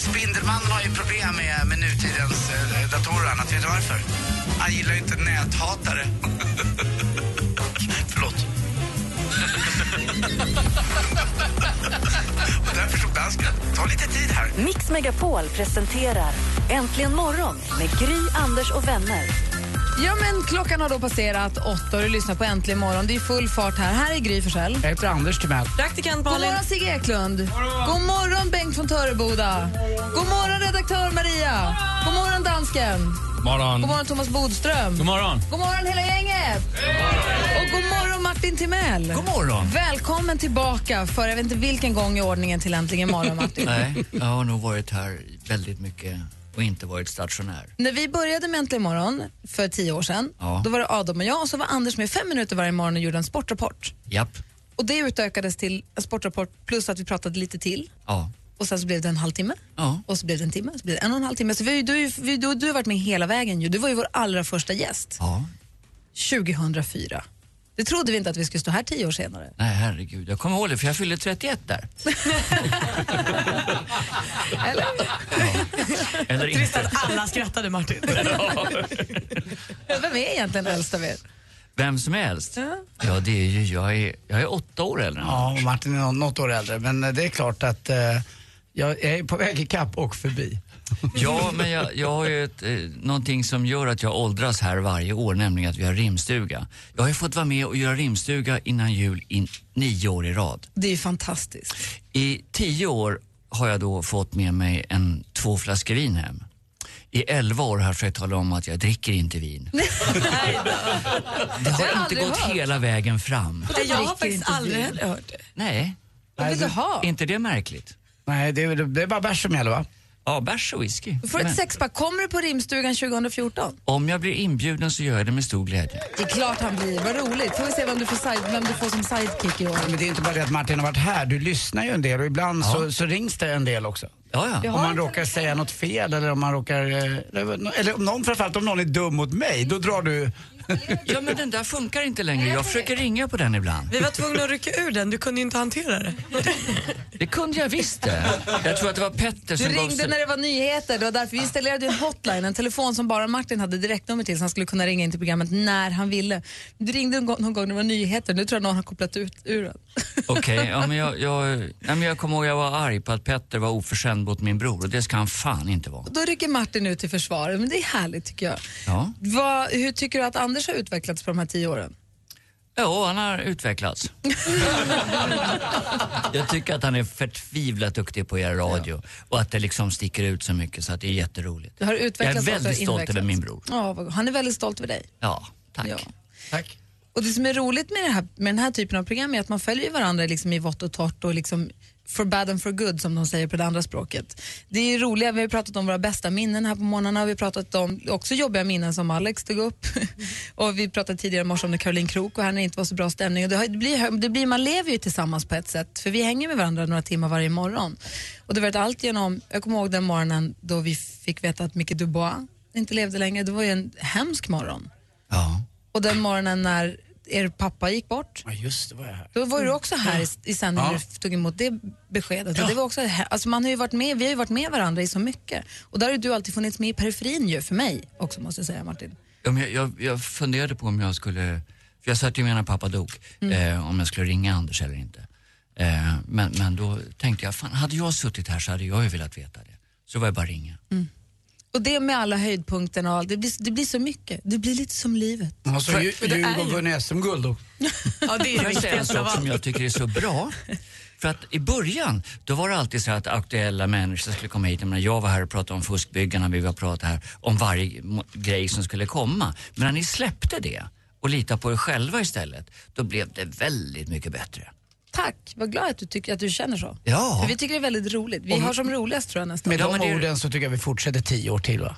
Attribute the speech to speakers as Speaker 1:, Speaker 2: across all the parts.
Speaker 1: Spindelmannen har ju problem med, med nutidens eh, datorer och annat. Vet du varför? Han gillar ju inte näthatare. Förlåt. och därför stod dansken. Ta lite tid här.
Speaker 2: Mix Megapol presenterar Äntligen morgon med Gry, Anders och vänner.
Speaker 3: Ja, men klockan har då passerat åtta och du lyssnar på Äntligen morgon. Det är full fart här. Här är Gry Forssell.
Speaker 1: Jag heter Anders Timell.
Speaker 3: God morgon, Sigge Eklund. God morgon, Bengt från Töreboda. God morgon, redaktör Maria. God morgon, dansken.
Speaker 4: morgon.
Speaker 3: God morgon, Thomas Bodström.
Speaker 4: God morgon.
Speaker 3: God morgon, hela gänget. Och god morgon, Martin Timell.
Speaker 4: God morgon.
Speaker 3: Välkommen tillbaka för jag vet inte vilken gång i ordningen till Äntligen morgon, Martin.
Speaker 5: Nej, jag har nog varit här väldigt mycket och inte varit stationär.
Speaker 3: När vi började med Äntligen morgon för tio år sedan,
Speaker 5: Ja.
Speaker 3: då var det Adam och jag och så var Anders med fem minuter varje morgon och gjorde en sportrapport.
Speaker 5: Japp.
Speaker 3: Och det utökades till en sportrapport plus att vi pratade lite till.
Speaker 5: Ja.
Speaker 3: Och sen så blev det en halvtimme.
Speaker 5: Ja.
Speaker 3: Och så blev det en timme. Så blev det en och en halv timme. Så vi, du, har ju- vi, du, du har varit med hela vägen ju. Du var ju vår allra första gäst.
Speaker 5: Ja.
Speaker 3: 2004. Det trodde vi inte att vi skulle stå här tio år senare.
Speaker 5: Nej, herregud. Jag kommer ihåg det för jag fyllde 31 där.
Speaker 3: Eller?
Speaker 5: Eller inte.
Speaker 6: Alla skrattade Martin.
Speaker 3: Vem är egentligen äldst av er?
Speaker 5: Vem som helst. Ja, det är ju, jag är, jag är åtta år äldre än
Speaker 1: Ja,
Speaker 5: Anders.
Speaker 1: och Martin är nå- något år äldre. Men eh, det är klart att eh, jag jag är på väg i kapp och förbi.
Speaker 5: Ja, men jag, jag har ju ett, eh, någonting som gör att jag åldras här varje år, nämligen att vi har rimstuga. Jag har ju fått vara med och göra rimstuga innan jul i nio år i rad.
Speaker 3: Det är ju fantastiskt.
Speaker 5: I tio år har jag då fått med mig en två flaskor vin hem. I elva år har jag försökt tala om att jag dricker inte vin. det
Speaker 3: har jag
Speaker 5: har inte
Speaker 3: aldrig
Speaker 5: gått
Speaker 3: hört.
Speaker 5: hela vägen fram.
Speaker 3: Det
Speaker 6: Jag har faktiskt aldrig heller hört det.
Speaker 5: Nej,
Speaker 3: Vad vill du
Speaker 5: är
Speaker 3: ha?
Speaker 5: inte det märkligt?
Speaker 1: Nej, det är, det är bara bärs som gäller va?
Speaker 5: Ja, bärs och whisky.
Speaker 3: Du får ett
Speaker 5: Men
Speaker 3: sexpack. Kommer du på rimstugan 2014?
Speaker 5: om jag blir inbjuden så gör jag det med stor glädje.
Speaker 3: Det är klart han blir. Vad roligt. Får vi se vem du får, side, vem du får som sidekick i år.
Speaker 1: Men det är inte bara det att Martin har varit här. Du lyssnar ju en del och ibland så, så rings det en del också.
Speaker 5: Ja, ja.
Speaker 1: Om man råkar säga något fel eller om man råkar... eh, Eller om någon, framförallt om någon är dum mot mig, då drar du...
Speaker 5: ja, men den där funkar inte längre. Jag försöker ringa på den ibland.
Speaker 6: Vi var tvungna att rycka ur den, du kunde ju inte hantera det.
Speaker 5: Det kunde jag visst det. Jag tror att det var
Speaker 3: Du
Speaker 5: Petter som gav
Speaker 3: ringde
Speaker 5: sig-
Speaker 3: när det var nyheter. Det var därför vi installerade ju en hotline, en telefon som bara Martin hade direktnummer till så han skulle kunna ringa in till programmet när han ville. Du ringde någon gång, någon gång när det var nyheter. Nu tror jag någon har kopplat ut ur den.
Speaker 5: Okej, ja, men jag, jag, nej, men jag kommer ihåg jag var arg på att Petter var oförskämd mot min bror och det ska han fan inte vara.
Speaker 3: Då rycker Martin ut till försvaret, men det är härligt tycker jag.
Speaker 5: Ja,
Speaker 3: Vad, hur tycker du att Anders har utvecklats på de här tio åren?
Speaker 5: jo, han har utvecklats. jag tycker att han är förtvivlat duktig på er radio och att det liksom sticker ut så mycket så att det är jätteroligt.
Speaker 3: Du har
Speaker 5: Jag är
Speaker 3: utvecklats och
Speaker 5: väldigt
Speaker 3: du har
Speaker 5: stolt över
Speaker 3: invecklats.
Speaker 5: min bror.
Speaker 3: Ja, vad- han är väldigt stolt över dig.
Speaker 5: Ja, tack.
Speaker 3: Ja.
Speaker 1: Tack.
Speaker 3: Och det som är roligt med, det här, med den här typen av program är att man följer varandra liksom i vått och torrt och liksom for bad and for good som de säger på det andra språket. Det är roliga, vi har pratat om våra bästa minnen här på morgnarna och vi har pratat om också jobbiga minnen som Alex tog upp. och vi pratade tidigare i morse om när Caroline Krook och här när det inte var så bra stämning. Och det, har, det, blir, det blir, man lever ju tillsammans på ett sätt för vi hänger med varandra några timmar varje morgon. Och det har varit allt genom, jag kommer ihåg den morgonen då vi fick veta att Micke Dubois inte levde längre. Det var ju en hemsk morgon.
Speaker 5: Ja.
Speaker 3: Och den morgonen när er pappa gick bort,
Speaker 1: Ja, just det, var jag här.
Speaker 3: då var du också här i, i sändningen
Speaker 1: Ja.
Speaker 3: när du tog emot det beskedet. Och Det var också, he- alltså man har ju varit med, vi har ju varit med varandra i så mycket. Och där har ju du alltid funnits med i periferin ju, för mig också måste jag säga Martin.
Speaker 5: Ja, men jag, jag, jag funderade på om jag skulle, för jag satt ju med när pappa dog,
Speaker 6: Mm.
Speaker 5: eh, om jag skulle ringa Anders eller inte. Eh, men, men då tänkte jag, fan, hade jag suttit här så hade jag ju velat veta det. Så var jag bara att ringa.
Speaker 3: Och det med alla höjdpunkterna och allt, det blir, det blir så mycket. Det blir lite som livet.
Speaker 1: Och så Dju-
Speaker 6: det är
Speaker 1: Djurgården
Speaker 6: Alltså, ju-
Speaker 1: vunnit SM-guld också.
Speaker 6: Ja, det är
Speaker 5: Får jag säga en
Speaker 6: viktigast av
Speaker 5: sak som
Speaker 6: allt.
Speaker 5: jag tycker är så bra? För att i början, då var det alltid så att aktuella människor skulle komma hit. Jag, menar, jag var här och pratade om fuskbyggarna, vi var och pratade här om varje mo- grej som skulle komma. Men när ni släppte det och litade på er själva istället, då blev det väldigt mycket bättre.
Speaker 3: Tack, vad glad att du, tycker, att du känner så.
Speaker 5: Ja.
Speaker 3: För vi tycker det är väldigt roligt. Vi har som roligast tror jag nästan.
Speaker 1: Med
Speaker 5: Ja,
Speaker 1: de
Speaker 5: men det är-
Speaker 1: orden så tycker jag vi fortsätter tio år till va?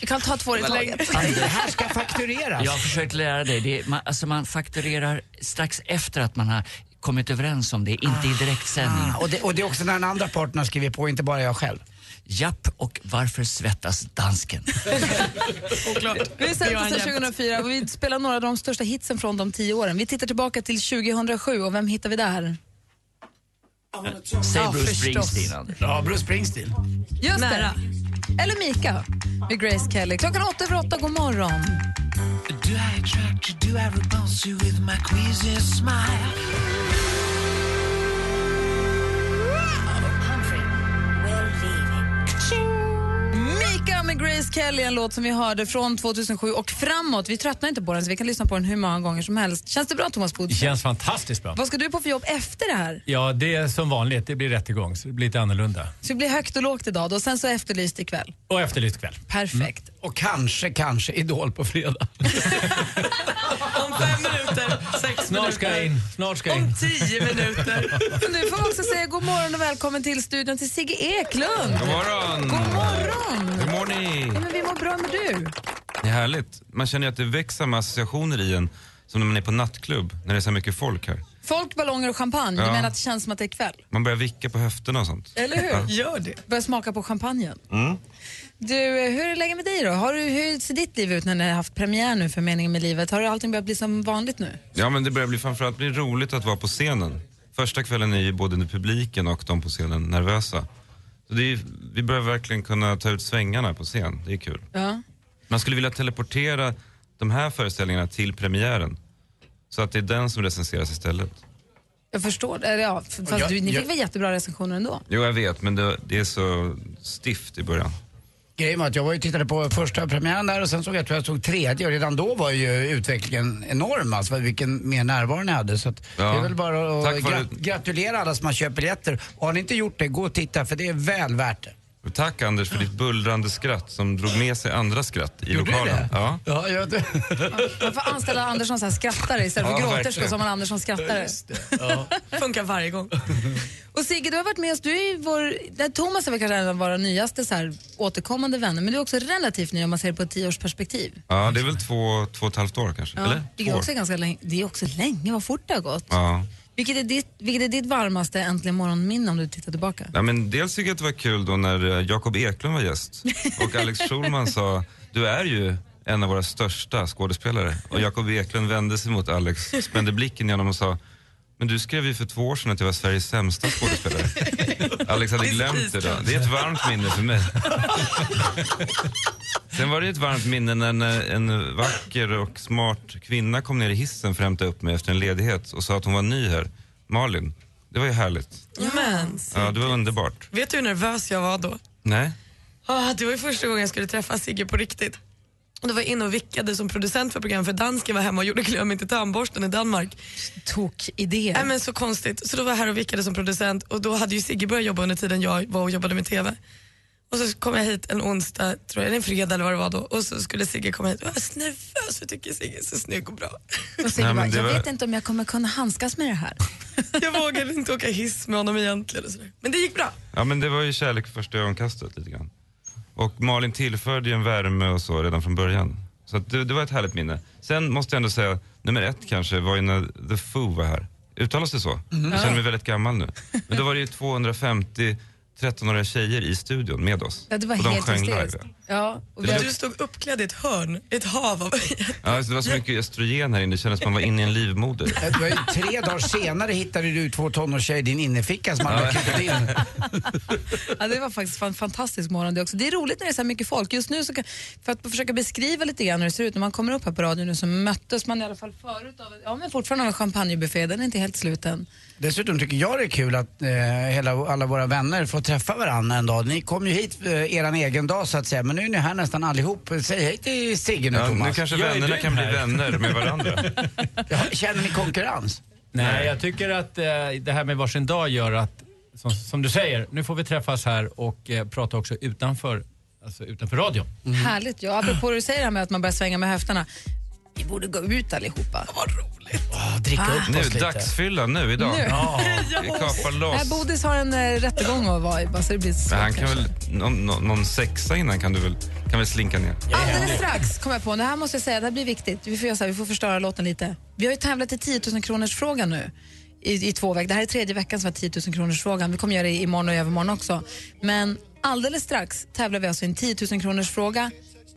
Speaker 3: Vi kan ta två i taget.
Speaker 4: Alltså, Det här ska faktureras.
Speaker 5: Jag har försökt lära dig, det är, man, alltså man fakturerar strax efter att man har kommit överens om det, inte i direktsändning.
Speaker 4: Ah, och, det, och det är också när den andra parten har skrivit på, inte bara jag själv.
Speaker 5: Japp, och varför svettas dansken?
Speaker 3: Vi sände sedan 2004 och vi spelar några av de största hitsen från de tio åren. Vi tittar tillbaka till 2007 och vem hittar vi där?
Speaker 5: Säg
Speaker 3: Ja,
Speaker 5: Bruce
Speaker 3: förstås.
Speaker 5: Springsteen, Anders.
Speaker 4: Ja, Bruce Springsteen.
Speaker 3: Just det. Eller Mika med Grace Kelly. Klockan åtta över åtta, god morgon. Mika med Grace Kelly, en låt som vi hörde från 2007 och framåt. Vi tröttnar inte på den så vi kan lyssna på den hur många gånger som helst. Känns det bra Thomas Bodström?
Speaker 7: Känns fantastiskt bra.
Speaker 3: Vad ska du på för jobb efter det här?
Speaker 7: Ja, det är som vanligt. Det blir rättegång, så det blir lite annorlunda.
Speaker 3: Så det blir högt och lågt idag då, och sen så efterlyst ikväll.
Speaker 7: Och Efterlyst kväll. Mm.
Speaker 3: Perfekt.
Speaker 4: Och kanske, kanske Idol på fredag.
Speaker 6: Om fem minuter, sex
Speaker 7: Snart ska jag in. Snart ska jag in.
Speaker 6: tio minuter.
Speaker 3: Men Nu får vi också säga god morgon och välkommen till studion till Sigge Eklund.
Speaker 8: God morgon!
Speaker 3: God morgon!
Speaker 8: God morgon!
Speaker 3: Ja, men vi mår bra med du.
Speaker 8: Det är härligt. Man känner ju att det växer samma associationer i en som när man är på nattklubb, när det är så här mycket folk här.
Speaker 3: Folk, ballonger och champagne. Du
Speaker 8: Ja.
Speaker 3: menar att det känns som att det är kväll?
Speaker 8: Man börjar vicka på höfterna och sånt.
Speaker 3: Eller hur?
Speaker 6: Gör det.
Speaker 3: Börja smaka på champagnen. Du, eh, hur är läget med dig då? Har du, hur ser ditt liv ut när ni har haft premiär nu för Meningen med livet? Har allting börjat bli som vanligt nu?
Speaker 8: Ja, men det börjar bli framförallt bli roligt att vara på scenen. Första kvällen är ju både publiken och de på scenen nervösa. Så det är, ju- vi börjar verkligen kunna ta ut svängarna på scen. Det är kul.
Speaker 3: Ja.
Speaker 8: Man skulle vilja teleportera de här föreställningarna till premiären. Så att det är den som recenseras istället.
Speaker 3: Jag förstår. Eller, ja, f- fast
Speaker 4: jag-
Speaker 3: du, ni
Speaker 4: jag-
Speaker 3: fick väl jättebra recensioner ändå?
Speaker 8: Jo, jag vet, men det, det är så stift i början.
Speaker 4: Grejen var att jag var ju och tittade på första premiären där och sen såg jag att jag såg tredje och redan då var ju utvecklingen enorm alltså vilken mer närvaro ni hade. Så att
Speaker 8: Ja.
Speaker 4: det är väl bara att
Speaker 8: Tack för
Speaker 4: gra-
Speaker 8: det.
Speaker 4: gratulera alla som har köpt biljetter. Och har ni inte gjort det, gå och titta för det är väl värt det.
Speaker 8: Och Tack Anders för ditt bullrande skratt som drog med sig andra skratt i
Speaker 4: Gjorde
Speaker 8: lokalen.
Speaker 4: det?
Speaker 8: Ja.
Speaker 4: Ja, jag,
Speaker 3: Man får anställa Andersson så här skrattare istället för
Speaker 8: Ja,
Speaker 3: gråterska
Speaker 8: verkligen.
Speaker 3: som man Andersson skrattare.
Speaker 6: Funkar varje gång.
Speaker 3: Och Sigge, du har varit med oss. Du är ju vår, nej, Thomas är väl kanske en av våra nyaste så här, återkommande vänner, men du är också relativt ny om man ser det på ett tioårsperspektiv.
Speaker 8: ja, det är väl två, två och ett halvt år kanske? Eller?
Speaker 3: Vilket
Speaker 8: Två
Speaker 3: också är
Speaker 8: år.
Speaker 3: ganska länge. Det är också länge, vad fort det har gått.
Speaker 8: Ja.
Speaker 3: Vilket, är ditt, vilket är ditt varmaste Äntligen morgonminne om du tittar tillbaka?
Speaker 8: Ja, men dels tycker jag att det var kul då när eh, Jakob Eklund var gäst och Alex Schulman sa du är ju en av våra största skådespelare. Och Jakob Eklund vände sig mot Alex, spände blicken genom och sa men du skrev ju för två år sedan att jag var Sveriges sämsta skådespelare. Alex hade glömt det då. Det är ett varmt minne för mig. Sen var det ju ett varmt minne när en, en vacker och smart kvinna kom ner i hissen för att hämta upp mig efter en ledighet och sa att hon var ny här. Malin, det var ju härligt.
Speaker 6: Men,
Speaker 8: Ja, det var underbart.
Speaker 6: vet du hur nervös jag var då?
Speaker 8: Nej.
Speaker 6: Ah, det var ju första gången jag skulle träffa Sigge på riktigt. Och då var jag inne och vickade som producent för programmet för dansken var hemma och gjorde glöm inte tandborsten i Danmark.
Speaker 3: Tok idé.
Speaker 6: Nej men så konstigt. Så då var jag här och vickade som producent och då hade ju Sigge börjat jobba under tiden jag var och jobbade med TV. Och så kom jag hit en onsdag, tror jag, eller en fredag eller vad det var då och så skulle Sigge komma hit och jag var så nervös för jag tycker Sigge är så snygg och bra.
Speaker 3: Och Sigge
Speaker 8: Nej, men
Speaker 3: bara,
Speaker 8: det
Speaker 3: jag
Speaker 8: var-
Speaker 3: vet inte om jag kommer kunna handskas med det här.
Speaker 6: Jag vågade inte åka hiss med honom egentligen och sådär. Men det gick bra.
Speaker 8: Ja, men det var ju kärlek för första ögonkastet lite grann. Och Malin tillförde ju en värme och så redan från början. Så att det, det var ett härligt minne. Sen måste jag ändå säga, nummer ett kanske var ju när The Foo var här. Uttalas det så?
Speaker 3: Mhm.
Speaker 8: Jag känner mig väldigt gammal nu. Men då var det ju 250 13-åriga tjejer i studion med oss.
Speaker 3: Ja, det var
Speaker 8: och de
Speaker 3: helt
Speaker 8: sjöng
Speaker 3: hysteriskt.
Speaker 8: live.
Speaker 3: Ja, och vi
Speaker 8: Det
Speaker 3: har-
Speaker 8: luk-
Speaker 6: Du stod uppklädd i ett hörn, i ett hav av
Speaker 8: Ja, alltså, det var så mycket östrogen här inne, det kändes som man var inne i en livmoder.
Speaker 4: det var ju tre dagar senare hittade du två tonårstjejer i din innerficka som hade klickat in.
Speaker 3: Ja, det var faktiskt en fantastisk morgon det också. Det är roligt när det är så här mycket folk. Just nu, så kan, för att försöka beskriva lite grann hur det ser ut, när man kommer upp här på radion nu så möttes man i alla fall förut av, ja men fortfarande av en champagnebuffé, den är inte helt slut än.
Speaker 4: Dessutom tycker jag det är kul att eh, hela, alla våra vänner får träffa varandra en dag. Ni kom ju hit eh, eran egen dag så att säga, men nu är ni här nästan allihop. Säg hej till Sigge nu
Speaker 8: Ja, nu
Speaker 4: Thomas.
Speaker 8: kanske
Speaker 7: Jag är
Speaker 8: vännerna
Speaker 7: du
Speaker 8: kan bli
Speaker 7: här.
Speaker 8: vänner med varandra.
Speaker 4: Ja, Känner ni konkurrens?
Speaker 7: Nej, jag tycker att eh, det här med varsin dag gör att, som, som du säger, nu får vi träffas här och eh, prata också utanför, alltså utanför radion.
Speaker 6: Mm.
Speaker 3: Härligt. Ja, apropå det du säger här med att man börjar svänga med höfterna. Vi borde gå ut allihopa. Vad roligt.
Speaker 4: Åh, dricka
Speaker 3: Va?
Speaker 4: upp
Speaker 8: Nu,
Speaker 4: oss lite.
Speaker 8: dagsfylla nu idag.
Speaker 3: Nu.
Speaker 8: Ja. Vi kapar
Speaker 3: Nej,
Speaker 8: loss.
Speaker 3: Äh, Bodis har en eh, rättegång att vara i, bara så det blir svårt
Speaker 8: Men han kan
Speaker 3: kanske.
Speaker 8: väl, någon, någon, någon sexa innan kan du väl, kan väl slinka ner?
Speaker 3: Alldeles strax kommer jag på, det här måste jag säga, det här blir viktigt. Vi får, göra så här, vi får förstöra låten lite. Vi har ju tävlat i 10 000 kronors frågan nu i, i två veckor. Det här är tredje veckan som är 10 000 kronors frågan. Vi kommer göra det imorgon och övermorgon också. Men alldeles strax tävlar vi alltså i en 10 000 kronors fråga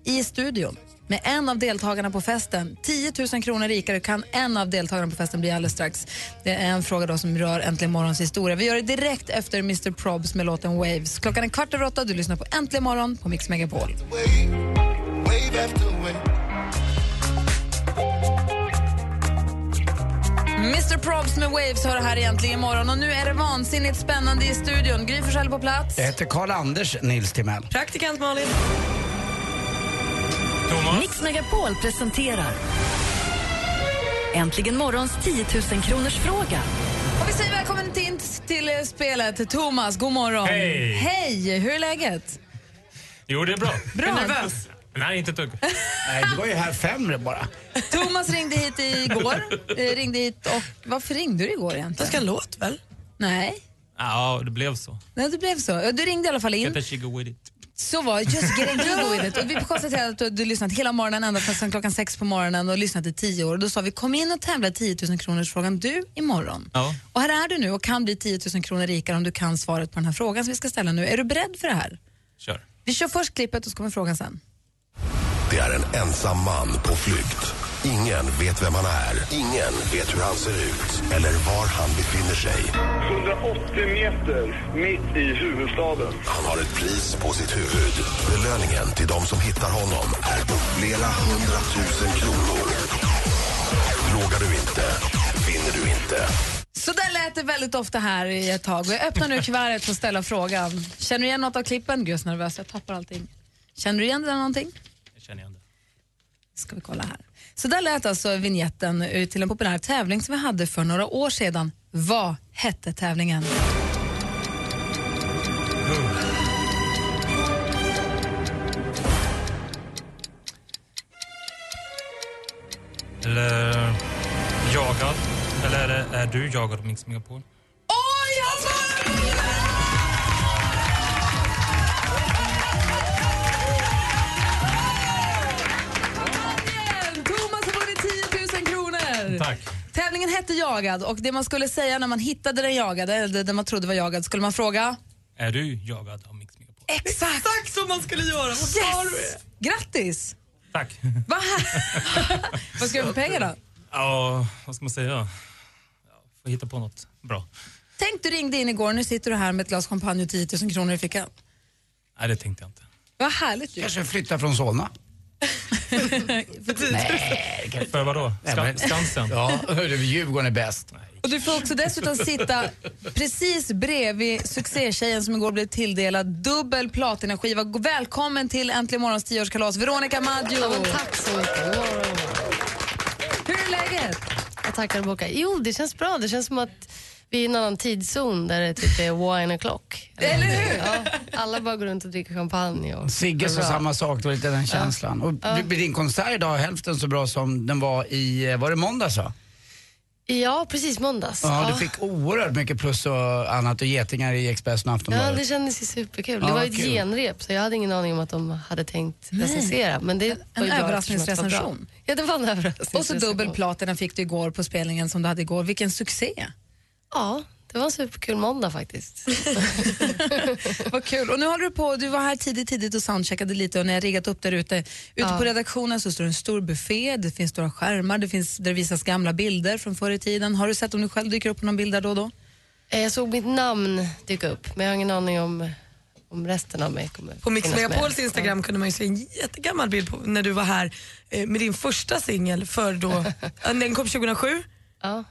Speaker 3: i studion med en av deltagarna på festen. 10 000 kronor rikare kan en av deltagarna på festen bli alldeles strax. Det är en fråga då som rör Äntligen morgons historia. Vi gör det direkt efter Mr Probs med låten Waves. Klockan är kvart över åtta, du lyssnar på Äntligen morgon på Mix Megapol. Mr Probs med Waves hör här egentligen imorgon och nu är det vansinnigt spännande i studion. Gry Forssell på plats.
Speaker 4: Jag heter Karl-Anders Nils Timell.
Speaker 6: Praktikant Malin.
Speaker 2: Mix Megapol presenterar Äntligen morgons 10 000 kronors fråga.
Speaker 3: Och vi säger välkommen till, till eh, spelet. Thomas, god morgon.
Speaker 9: Hej.
Speaker 3: Hej, hur är läget?
Speaker 9: Jo, det är bra.
Speaker 3: Bra. Är du nervös?
Speaker 9: Nej, inte ett dugg.
Speaker 4: Nej, du var ju här fem bara.
Speaker 3: Thomas ringde hit igår. Eh, ringde hit och varför ringde du igår egentligen? Jag ska låt väl? Nej,
Speaker 9: Ja, det blev så.
Speaker 3: nej det blev så. Ja, Du ringde i alla fall in.
Speaker 9: Get that she go with it.
Speaker 3: Så var det. Just getting to with it. Och vi konstaterade att du, du lyssnat hela morgonen ända från klockan sex på morgonen och lyssnat i tio år. Då sa vi kom in och tävla i 10 000 kronors frågan du imorgon.
Speaker 9: Ja.
Speaker 3: Och här är du nu och kan bli 10 000 kronor rikare om du kan svaret på den här frågan som vi ska ställa nu. Är du beredd för det här?
Speaker 9: Kör.
Speaker 3: Vi kör först klippet och så kommer frågan sen.
Speaker 10: Det är en ensam man på flykt. Ingen vet vem han är. Ingen vet hur han ser ut eller var han befinner sig.
Speaker 11: 180 meter mitt i huvudstaden.
Speaker 10: Han har ett pris på sitt huvud. Belöningen till de som hittar honom är på flera hundratusen kronor. Frågar du inte, vinner du inte.
Speaker 3: Så där lät det väldigt ofta här i ett tag. Och jag öppnar nu kuvertet för att ställa frågan. Känner du igen något av klippen? Gud, jag är så nervös, jag tappar allting. Känner du igen det där någonting?
Speaker 9: Jag känner igen det.
Speaker 3: Ska vi kolla här. Så där lät alltså vignetten ut till en populär tävling som vi hade för några år sedan. Vad hette tävlingen?
Speaker 9: Eller eh, jagad. Eller är, det, är du jagad av Mix Megapol?
Speaker 3: Thomas har vunnit 10 000 kronor!
Speaker 9: Tack.
Speaker 3: Tävlingen hette Jagad och det man skulle säga när man hittade den jagade, eller den man trodde var jagad, skulle man fråga?
Speaker 9: Är du jagad av Mix Megapol?
Speaker 3: Exakt! Exakt som man skulle göra! Yes! Grattis!
Speaker 9: Tack.
Speaker 3: Va? Vad ska du göra med pengarna?
Speaker 9: Ja, vad ska man säga? Ja, får hitta på något bra.
Speaker 3: Tänk du ringde in igår, nu sitter du här med ett glas champagne och 10 000 kronor i fickan.
Speaker 9: Nej, det tänkte jag inte.
Speaker 3: Vad härligt ju.
Speaker 4: Kanske flytta från Solna.
Speaker 9: För vadå?
Speaker 4: Nej, men-
Speaker 9: Skansen?
Speaker 4: Ja, hörru, Djurgården är bäst.
Speaker 3: Och du får också dessutom sitta precis bredvid succétjejen som igår blev tilldelad dubbel platinaskiva. Välkommen till Äntligen morgons 10-årskalas, Veronica Maggio!
Speaker 12: Tack så mycket.
Speaker 3: Hur är läget?
Speaker 12: Jag tackar och bockar. Jo, det känns bra. Det känns som att vi är i en annan tidszon där det typ är wine o'clock. Eller hur? Ja, alla bara går runt och dricker champagne. Och
Speaker 4: Sigge sa
Speaker 12: Bra.
Speaker 4: samma sak, det var lite den känslan. Och
Speaker 12: Ja.
Speaker 4: blir din konsert idag hälften så bra som den var i, eh, var det måndags va?
Speaker 12: Ja, precis måndags.
Speaker 4: Ja, du fick oerhört mycket plus och annat och getingar i Expressen och
Speaker 12: Ja, det
Speaker 4: Aftonbladet.
Speaker 12: kändes ju superkul.
Speaker 4: Ja,
Speaker 12: det var
Speaker 4: vad
Speaker 12: ett
Speaker 4: kul.
Speaker 12: genrep, så jag hade ingen aning om att de hade tänkt
Speaker 3: Nej.
Speaker 12: recensera. Men det en var ju bra eftersom att det var bra.
Speaker 3: överraskningsrecension.
Speaker 12: Ja, det var en överraskningsrecension.
Speaker 3: Och så dubbel platina fick du igår på spelningen som du hade igår. Vilken succé!
Speaker 12: Ja, det var en superkul måndag faktiskt.
Speaker 3: Vad kul. Och nu håller du på, du var här tidigt, tidigt och soundcheckade lite och när jag riggat upp där ute, ute
Speaker 12: Ja.
Speaker 3: på redaktionen så står det en stor buffé, det finns stora skärmar, det finns, där det visas gamla bilder från förr i tiden. Har du sett om du själv dyker upp på någon bild där då och då?
Speaker 12: Eh, Jag såg mitt namn dyka upp, men jag har ingen aning om, om resten av mig kommer
Speaker 6: På Mix
Speaker 12: finnas med.
Speaker 6: Megapols Instagram kunde man ju se en jättegammal bild på när du var här eh, med din första singel för då, ja, den kom 2007?
Speaker 12: Ja,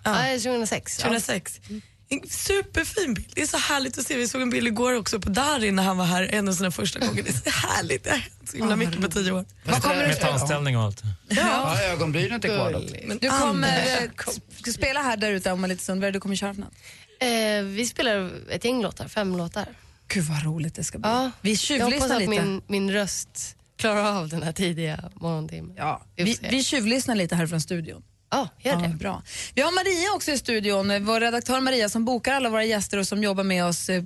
Speaker 12: 2006. ja. Mm.
Speaker 6: 2006. En superfin bild. Det är så härligt att se. Vi såg en bild igår också på Darin när han var här en av sina första gånger. Det är så härligt. Det har hänt så himla mycket på tio år.
Speaker 9: Vad kommer Med tandställning och allt.
Speaker 4: Ja, ögonbrynet är kvar dock.
Speaker 3: Du kommer eh, sk- spela här där ute om en liten stund. Vad är det du kommer köra för något?
Speaker 12: Eh, vi spelar ett gäng låtar, fem låtar.
Speaker 3: Gud vad roligt det ska bli.
Speaker 12: Ja,
Speaker 3: Vi
Speaker 12: jag hoppas
Speaker 3: tjuvlyssnar
Speaker 12: att
Speaker 3: lite.
Speaker 12: Min, min röst klarar av den här tidiga morgontimmen.
Speaker 3: Ja, Vi, vi tjuvlyssnar lite här från studion.
Speaker 12: Ja, gör det.
Speaker 3: bra. Vi har Maria också i studion, eh, vår redaktör Maria som bokar alla våra gäster och som jobbar med oss eh,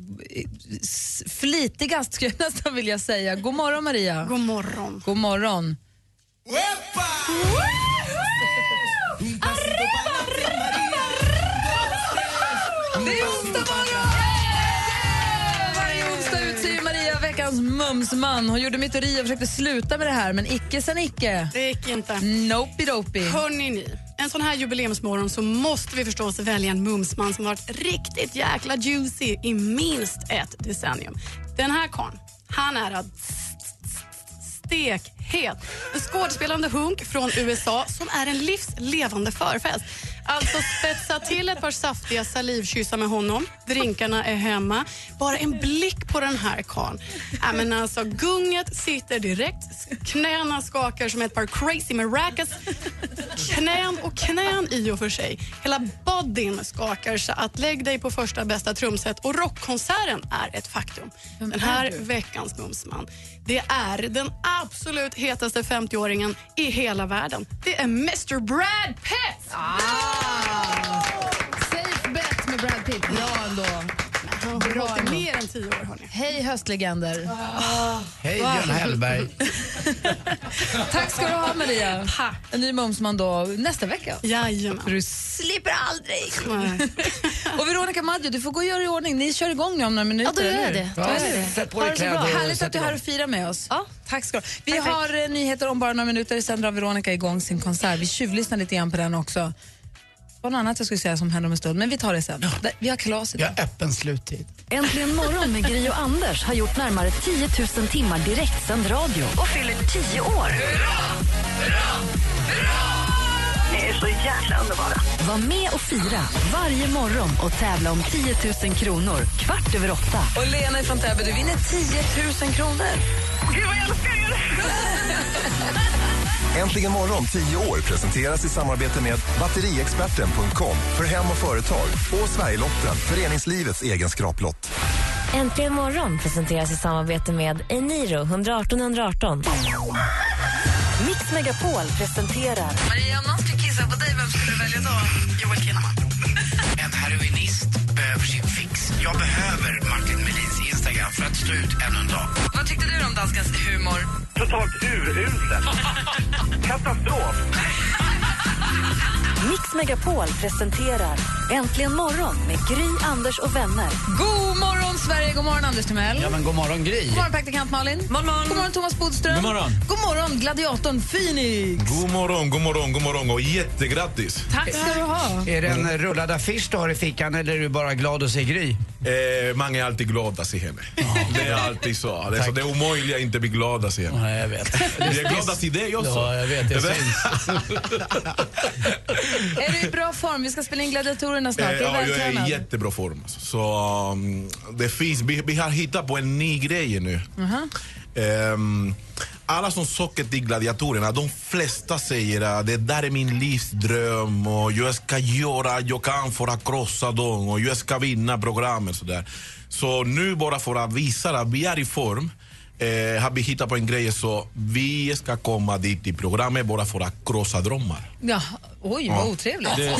Speaker 3: s- flitigast skulle jag nästan vilja säga. God morgon Maria. God morgon. God morgon. Det är onsdag morgon! Varje onsdag utser Maria veckans mumsman. Hon gjorde myteri och försökte sluta med det här, men icke sen icke.
Speaker 13: Det gick inte.
Speaker 3: Nope-dopey.
Speaker 13: Hörrni ni, en sån här jubileumsmorgon så måste vi förstås välja en mumsman som varit riktigt jäkla juicy i minst ett decennium. Den här karln, han är att stekhet. En skådespelande hunk från USA som är en livslevande förfest. Alltså spetsa till ett par saftiga salivkyssar med honom. Drinkarna är hemma. Bara en blick på den här karln. Ja, men alltså, gunget sitter direkt. Knäna skakar som ett par crazy maracas. Knän och knän i och för sig. Hela bodyn skakar så att lägg dig på första bästa trumset och rockkonserten är ett faktum. Den här veckans mumsman, det är den absolut hetaste 50-åringen i hela världen. Det är Mr Brad Pitt!
Speaker 3: Safe bet med Brad Pitt. Ja, ändå.
Speaker 13: Han har hållit i mer än tio år. Hörni. Ah.
Speaker 3: Hej höstlegender.
Speaker 4: Hej Björn Hellberg.
Speaker 3: Tack ska du ha Maria. En ny mumsman då nästa vecka.
Speaker 13: Jajamän.
Speaker 3: Du slipper aldrig. och Veronica Maggio, du får gå och göra i ordning. Ni kör igång nu om några minuter.
Speaker 12: Ja, då gör jag
Speaker 3: eller hur?
Speaker 12: det. Då Ja, gör jag det.
Speaker 4: sätt på
Speaker 3: Ha
Speaker 4: dig
Speaker 3: det så
Speaker 4: kläder
Speaker 3: bra.
Speaker 4: och
Speaker 3: Härligt
Speaker 4: sätt
Speaker 3: att du är här och firar med oss. Ja. Tack ska du ha. Vi
Speaker 12: Tack, tack.
Speaker 3: har eh, nyheter om bara några minuter. Sen drar Veronica igång sin konsert. Vi tjuvlyssnar lite grann på den också. Det var något annat jag skulle säga som händer om en stund, men vi tar det sen. Där- Vi har kalas idag.
Speaker 4: Jag har öppen sluttid.
Speaker 2: Äntligen morgon med Gry och Anders har gjort närmare 10 000 timmar direktsänd radio och fyller 10 år. Ni är så jäkla underbara. Var med och fira varje morgon och tävla om 10 000 kronor kvart över åtta.
Speaker 14: Och Lena från Täby, du vinner 10 000 kronor. Gud, vad jag älskar
Speaker 10: Äntligen morgon 10 år presenteras i samarbete med batteriexperten.com för hem och företag och Sverigelotten, föreningslivets egen skraplott.
Speaker 15: Äntligen morgon presenteras i samarbete med Eniro 118 118.
Speaker 2: Mix Megapol presenterar
Speaker 3: Maria, om någon skulle kissa på dig, vem skulle du välja då?
Speaker 2: Joel Kinnaman.
Speaker 1: En heroinist behöver sin fix. Jag behöver Martin Melins Instagram för att stå ut ännu en dag.
Speaker 3: Vad tyckte du om danskans humor?
Speaker 1: Totalt urusel. Katastrof.
Speaker 2: Mix Megapol presenterar Äntligen morgon med Gry, Anders och vänner.
Speaker 3: God morgon, Sverige! God morgon, Anders Timell.
Speaker 4: Ja men god morgon Gry.
Speaker 3: God morgon, praktikant Malin. Morgon, morgon. God morgon, Thomas Bodström.
Speaker 16: God morgon.
Speaker 3: God morgon, gladiatorn Phoenix.
Speaker 16: God morgon, god morgon, god morgon och jättegrattis! Mm.
Speaker 3: Tack ska du ha.
Speaker 4: Är det en rullad affisch du har i fickan eller är du bara glad och säger Gry?
Speaker 16: Eh, man är alltid glad att se henne. Det är alltid så. Alltså, Det är, så det är omöjligt att inte bli glad att se henne.
Speaker 4: Ja, jag vet.
Speaker 16: Vi är glada till dig också.
Speaker 4: Ja, jag vet. Jag
Speaker 16: Det där-
Speaker 3: Är du i bra form? Vi ska spela in gladiatorerna snart.
Speaker 16: Eh,
Speaker 3: Du är
Speaker 16: ja, jag är
Speaker 3: vältränad.
Speaker 16: i jättebra form. alltså. Så, um, det finns, vi, vi har hittat på en ny grej nu.
Speaker 3: Mhm.
Speaker 16: Ehm, alla som söker till gladiatorerna, de flesta säger att det där är min livsdröm och jag ska göra jag kan för att krossa dem och jag ska vinna programmet. Sådär. Så nu bara för att visa att vi är i form eh, har vi hittat på en grej så vi ska komma dit i programmet bara för att krossa drömmar.
Speaker 3: Ja, oj, vad
Speaker 16: Ja.
Speaker 3: otrevligt.
Speaker 16: Det-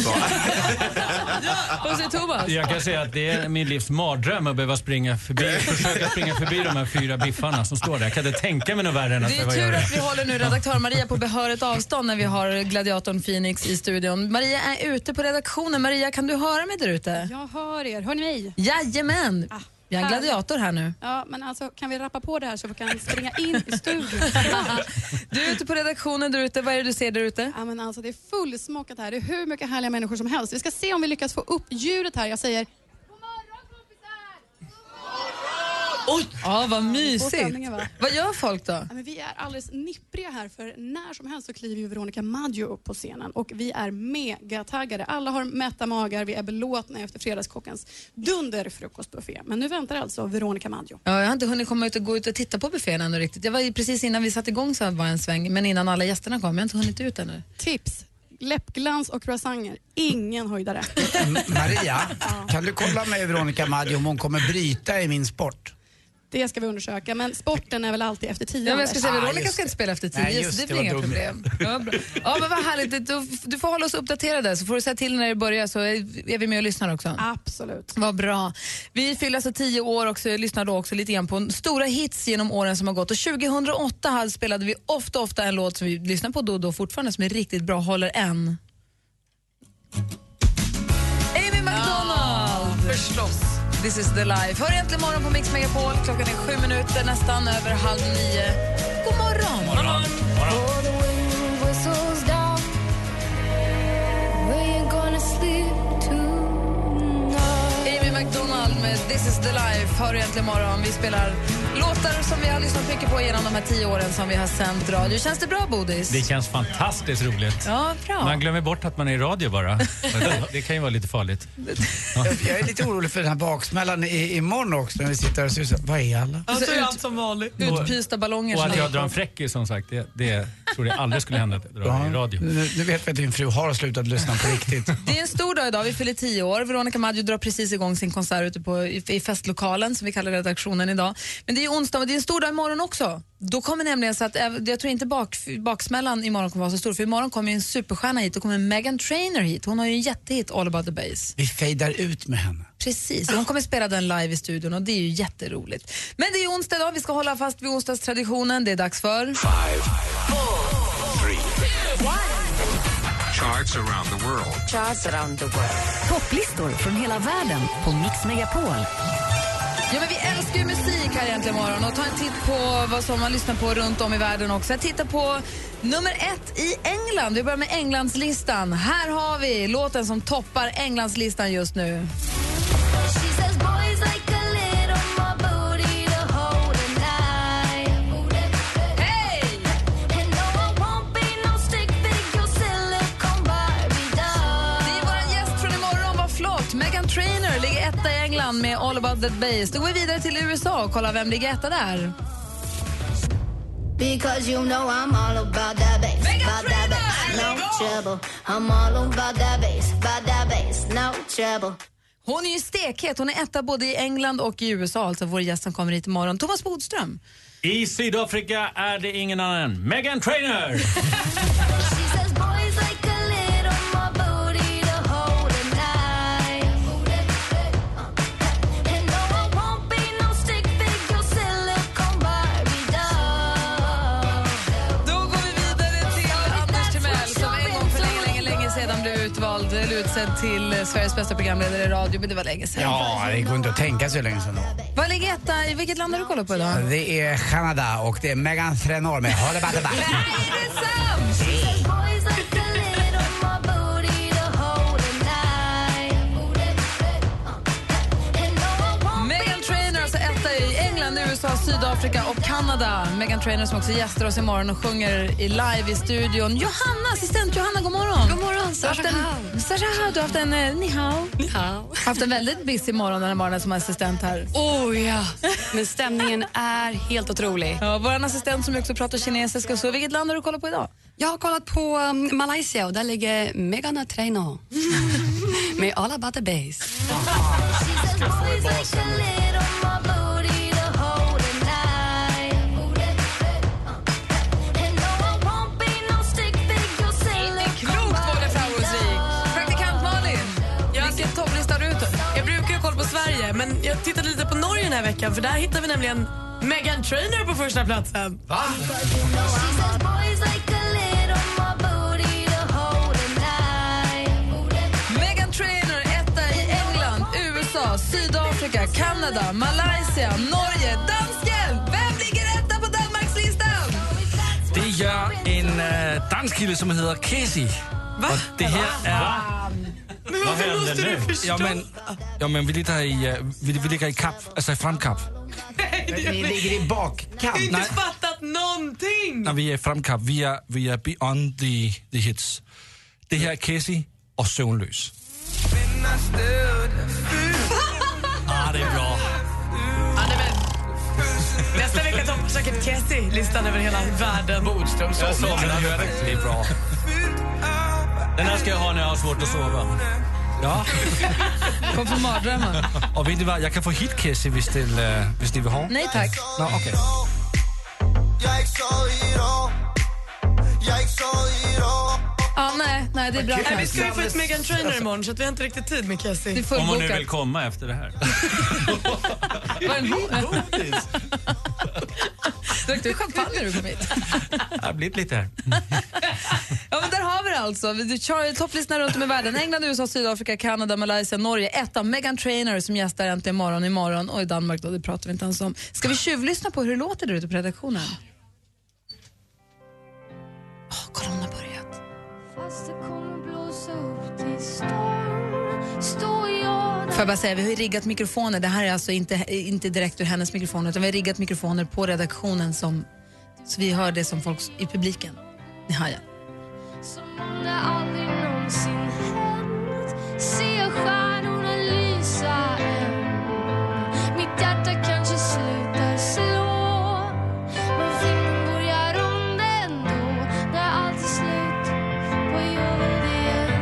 Speaker 3: Vad säger Thomas?
Speaker 7: Jag kan säga att det är min livs mardröm att behöva springa förbi, försöka springa förbi de här fyra biffarna som står där. Jag kan inte tänka mig något värre än att
Speaker 3: Det är
Speaker 7: behöva göra
Speaker 3: tur
Speaker 7: det.
Speaker 3: att vi håller nu redaktör Maria på behörigt avstånd när vi har gladiatorn Phoenix i studion. Maria är ute på redaktionen. Maria, kan du höra mig där ute?
Speaker 13: Jag hör er. Hör ni mig?
Speaker 3: Jajamän! Jag är en
Speaker 13: härligt.
Speaker 3: gladiator här nu.
Speaker 13: Ja, men alltså, kan vi rappa på det här så vi kan springa in i studion?
Speaker 3: Du är ute på redaktionen där ute. Vad är det du ser där ute?
Speaker 13: Ja, men alltså, det är fullsmockat här. Det är hur mycket härliga människor som helst. Vi ska se om vi lyckas få upp ljudet här. Jag säger...
Speaker 3: Oj! Ja, vad
Speaker 13: På
Speaker 3: mysigt.
Speaker 13: stämningen, va?
Speaker 3: Vad gör folk då?
Speaker 13: Ja, men vi är alldeles nippriga här för när som helst så kliver ju Veronica Maggio upp på scenen och vi är megataggade. Alla har mätta magar, vi är belåtna efter fredagskockens dunderfrukostbuffé. Men nu väntar alltså Veronica Maggio.
Speaker 3: Ja, jag har inte hunnit komma ut och gå ut och titta på buffén ännu riktigt. Jag var ju precis innan vi satte igång så var jag en sväng, men innan alla gästerna kom. Jag har inte hunnit ut ännu.
Speaker 13: Tips! Läppglans och croissanter. Ingen höjdare.
Speaker 4: Maria, kan du kolla med Veronica Maggio om hon kommer bryta i min sport?
Speaker 13: Det ska vi undersöka, men sporten är väl alltid efter tio.
Speaker 3: Ja, men jag ska
Speaker 13: Anders?
Speaker 3: säga, Veronica ska inte spela efter tio,
Speaker 13: Nej, just
Speaker 3: så det
Speaker 13: det,
Speaker 3: blir
Speaker 13: vad
Speaker 3: inga
Speaker 13: dum jag är.
Speaker 3: problem. Ja, bra. ja, men vad härligt. Du, du får hålla oss uppdaterade, så får du säga till när det börjar så är är vi med och lyssnar också.
Speaker 13: Absolut.
Speaker 3: Vad bra. Vi fyller alltså tio år och så lyssnar då också lite grann på stora hits genom åren som har gått. Och 2008 här spelade vi ofta, ofta en låt som vi lyssnar på då och då fortfarande som är riktigt bra, håller än. Amy McDonald! förstås. This is the life. Hör äntligen morgon på Mix Megapol. Klockan är sju minuter, nästan över halv nio. God morgon! Amy McDonald med This is the life hör du egentligen imorgon. Vi spelar låtar som vi har lyssnat mycket på genom de här tio åren som vi har sänt radio. Känns det bra, Bodis?
Speaker 7: Det känns fantastiskt roligt.
Speaker 3: Ja, bra.
Speaker 7: Man glömmer bort att man är i radio bara. Det, det kan ju vara lite farligt.
Speaker 4: Jag, jag är lite orolig för den här baksmällan i, imorgon också när vi sitter här och susar. Var är alla?
Speaker 3: Alltså, ut-
Speaker 7: som vanligt.
Speaker 3: Utpysta ballonger.
Speaker 7: Och
Speaker 3: som
Speaker 7: att jag
Speaker 3: ligger
Speaker 7: drar en
Speaker 3: på.
Speaker 7: fräckis som sagt, det, det tror jag aldrig skulle hända att jag drar
Speaker 4: Ja,
Speaker 7: i radio.
Speaker 4: nu, nu vet vi att din fru har slutat lyssna på riktigt.
Speaker 3: Det är en stor dag idag, vi fyller tio år. Veronica Maggio drar precis igång sin konsert ute på, i, i festlokalen som vi kallar redaktionen idag. Men det är ju onsdag och det är en stor dag imorgon också. Då kommer nämligen så att, även- jag tror inte bak, baksmällan imorgon kommer vara så stor för imorgon kommer ju en superstjärna hit, då kommer Megan Trainor hit. Hon har ju en jättehit All about the bass.
Speaker 4: Vi fejdar ut med henne.
Speaker 3: Precis, och hon kommer spela den live i studion och det är ju jätteroligt. Men det är ju onsdag idag, vi ska hålla fast vid onsdagstraditionen. Det är dags för...
Speaker 10: Charts around the world.
Speaker 2: Topplistor från hela världen på Mix Megapol.
Speaker 3: Ja, men vi älskar ju musik här egentligen imorgon och ta en titt på vad som man lyssnar på runt om i världen också. Jag tittar på nummer ett i England. Vi börjar med Englandslistan. Här har vi låten som toppar Englandslistan just nu. Vår gäst från imorgon var flott. Megan Trainor ligger etta i England med All about that bass. Då går vi vidare till USA och kollar vem ligger etta där.
Speaker 17: Because you know I'm all about that bass, about that bass, no trouble. I'm all about that bass, about that bass, no trouble.
Speaker 3: Hon är ju stekhet. Hon är etta både i England och i USA, alltså vår gäst som kommer hit imorgon. Thomas Bodström.
Speaker 7: I Sydafrika är det ingen annan än Megan Trainor!
Speaker 1: Uh,
Speaker 3: Då går vi vidare till Anders Timell som en gång för länge, länge, länge sedan blev utvald, eller utsedd till eh, Sveriges bästa programledare i radio, men det var länge sedan.
Speaker 4: Ja, det går inte att tänka så länge sedan.
Speaker 3: Vad ligger etta? I vilket land har du kollat på idag?
Speaker 4: Det är Canada och det är Megan Trenor med Håll about the back.
Speaker 3: Megan Trainor, alltså etta i England, USA, Sydafrika och Kanada. Megan Trainor som också gästar oss imorgon och sjunger i live i studion. Johanna, assistent Johanna, god morgon.
Speaker 18: God morgon,
Speaker 3: Du har haft en-
Speaker 18: Sasha Hao.
Speaker 3: Sasha Hao, du har haft en eh, ni hao. Ni hao. haft en väldigt busy morgon den här morgonen som assistent här.
Speaker 18: Oh ja, men stämningen är helt otrolig.
Speaker 3: Ja, Vår assistent som också pratar kinesiska, och så vilket land har du kollat på idag?
Speaker 18: Jag har kollat på um, Malaysia och där ligger Megan Trainor med All about the bass.
Speaker 3: Klokt var det framgångsrik. Praktikant Malin, vilken topplista har du ute?
Speaker 6: Jag brukar ju kolla på Sverige, men jag tittade lite på Norge den här veckan för där hittar vi nämligen Megan Trainor på första platsen. Va?
Speaker 3: Megan Trainor, etta i England, USA, Sydafrika, Kanada, Malaysia, Norge, dansken. Vem ligger etta på Danmarkslistan?
Speaker 19: Det gör en uh, dansk kille som heter Casey. Va? Och det här är...
Speaker 3: Ah,
Speaker 6: Men varför måste du förstå?
Speaker 19: Ja, men, ja, men vi ligger i, øh, vi, vi ligger i kapp, alltså i framkapp.
Speaker 4: Ni ligger i
Speaker 6: Jag
Speaker 4: bakkant.
Speaker 6: har inte
Speaker 19: Nej.
Speaker 6: fattat någonting!
Speaker 19: När vi är i framkapp, vi är, vi är beyond the, the hits. Det här är Casey och Sömnlös. Ah, det är bra.
Speaker 6: Ja, nej, men. Nästa vecka tar säkert Kessie listan över hela världen.
Speaker 19: Bodström
Speaker 7: Jag somnade.
Speaker 19: Det är bra.
Speaker 7: Den här ska jag ha när jag har svårt att sova.
Speaker 19: Ja.
Speaker 3: Kom på mardrömmar.
Speaker 19: Og ved I hvad, jeg kan få hitkæsse, hvis, den, øh, hvis de vil have.
Speaker 3: Nej tack.
Speaker 19: Nå, okay.
Speaker 20: Jeg er ikke sovet i et år. Jeg er ikke sovet i et år.
Speaker 3: Ja, nej, nej, det är bra.
Speaker 6: Nej, vi ska ju få hit Megan Trainor imorgon så att vi har inte riktigt tid med Kessie.
Speaker 3: Det är
Speaker 7: Om hon nu vill komma efter det här.
Speaker 3: Drack du champagne när du kom hit?
Speaker 7: Det har blivit lite här.
Speaker 3: Ja, men där har vi det alltså. Vi kör topplistorna runt om i världen. England, USA, Sydafrika, Kanada, Malaysia, Norge. Ett av Megan Trainor som gästar Äntligen morgon imorgon. Och i Danmark då, det pratar vi inte ens om. Ska vi tjuvlyssna på hur det låter där ute på redaktionen?
Speaker 20: Fast det kommer blåsa upp till storm står jag
Speaker 3: Får jag bara säga, vi har ju riggat mikrofoner. Det här är alltså inte, inte direkt ur hennes mikrofon utan vi har riggat mikrofoner på redaktionen som, så vi hör det som folk i publiken. Ni hör ja.
Speaker 20: Det aldrig någonsin hänt Ser stjärnorna lysa än Mitt hjärta kanske slutar slå Men filmen börjar om ändå När allt är slut Vad gör vi det igen?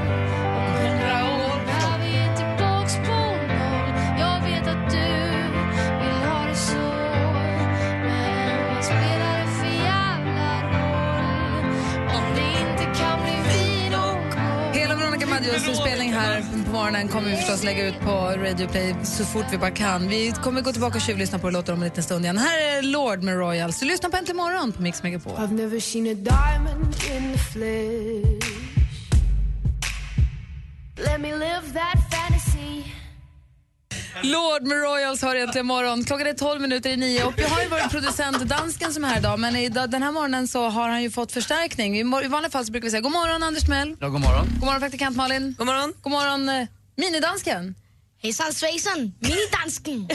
Speaker 20: Om hundra år när vi är tillbaks på noll Jag vet att du vill ha det så Men vad spelar det för jävla roll? Om det inte kan bli vi någon gång
Speaker 3: Hela Veronica Maggios inspelning här på morgonen kommer vi förstås lägga ut på Radio Play så fort vi bara kan. Vi kommer gå tillbaka och tjuvlyssna på hur det låter om en liten stund igen. Här är Lord med Royal, så lyssna på Äntligen morgon på Mix Megapol.
Speaker 20: I've never seen a diamond in the flesh. Let me live that fantasy.
Speaker 3: Lord med Royals har egentligen morgon. Klockan är 12 minuter i nio och vi har ju vår producent dansken som är här idag men idag, den här morgonen så har han ju fått förstärkning. I, mor- i vanliga fall så brukar vi säga god morgon Anders Mell.
Speaker 4: Ja, god morgon.
Speaker 3: God morgon praktikant Malin. God morgon. God morgon eh, minidansken. Hejsan svejsan, minidansken.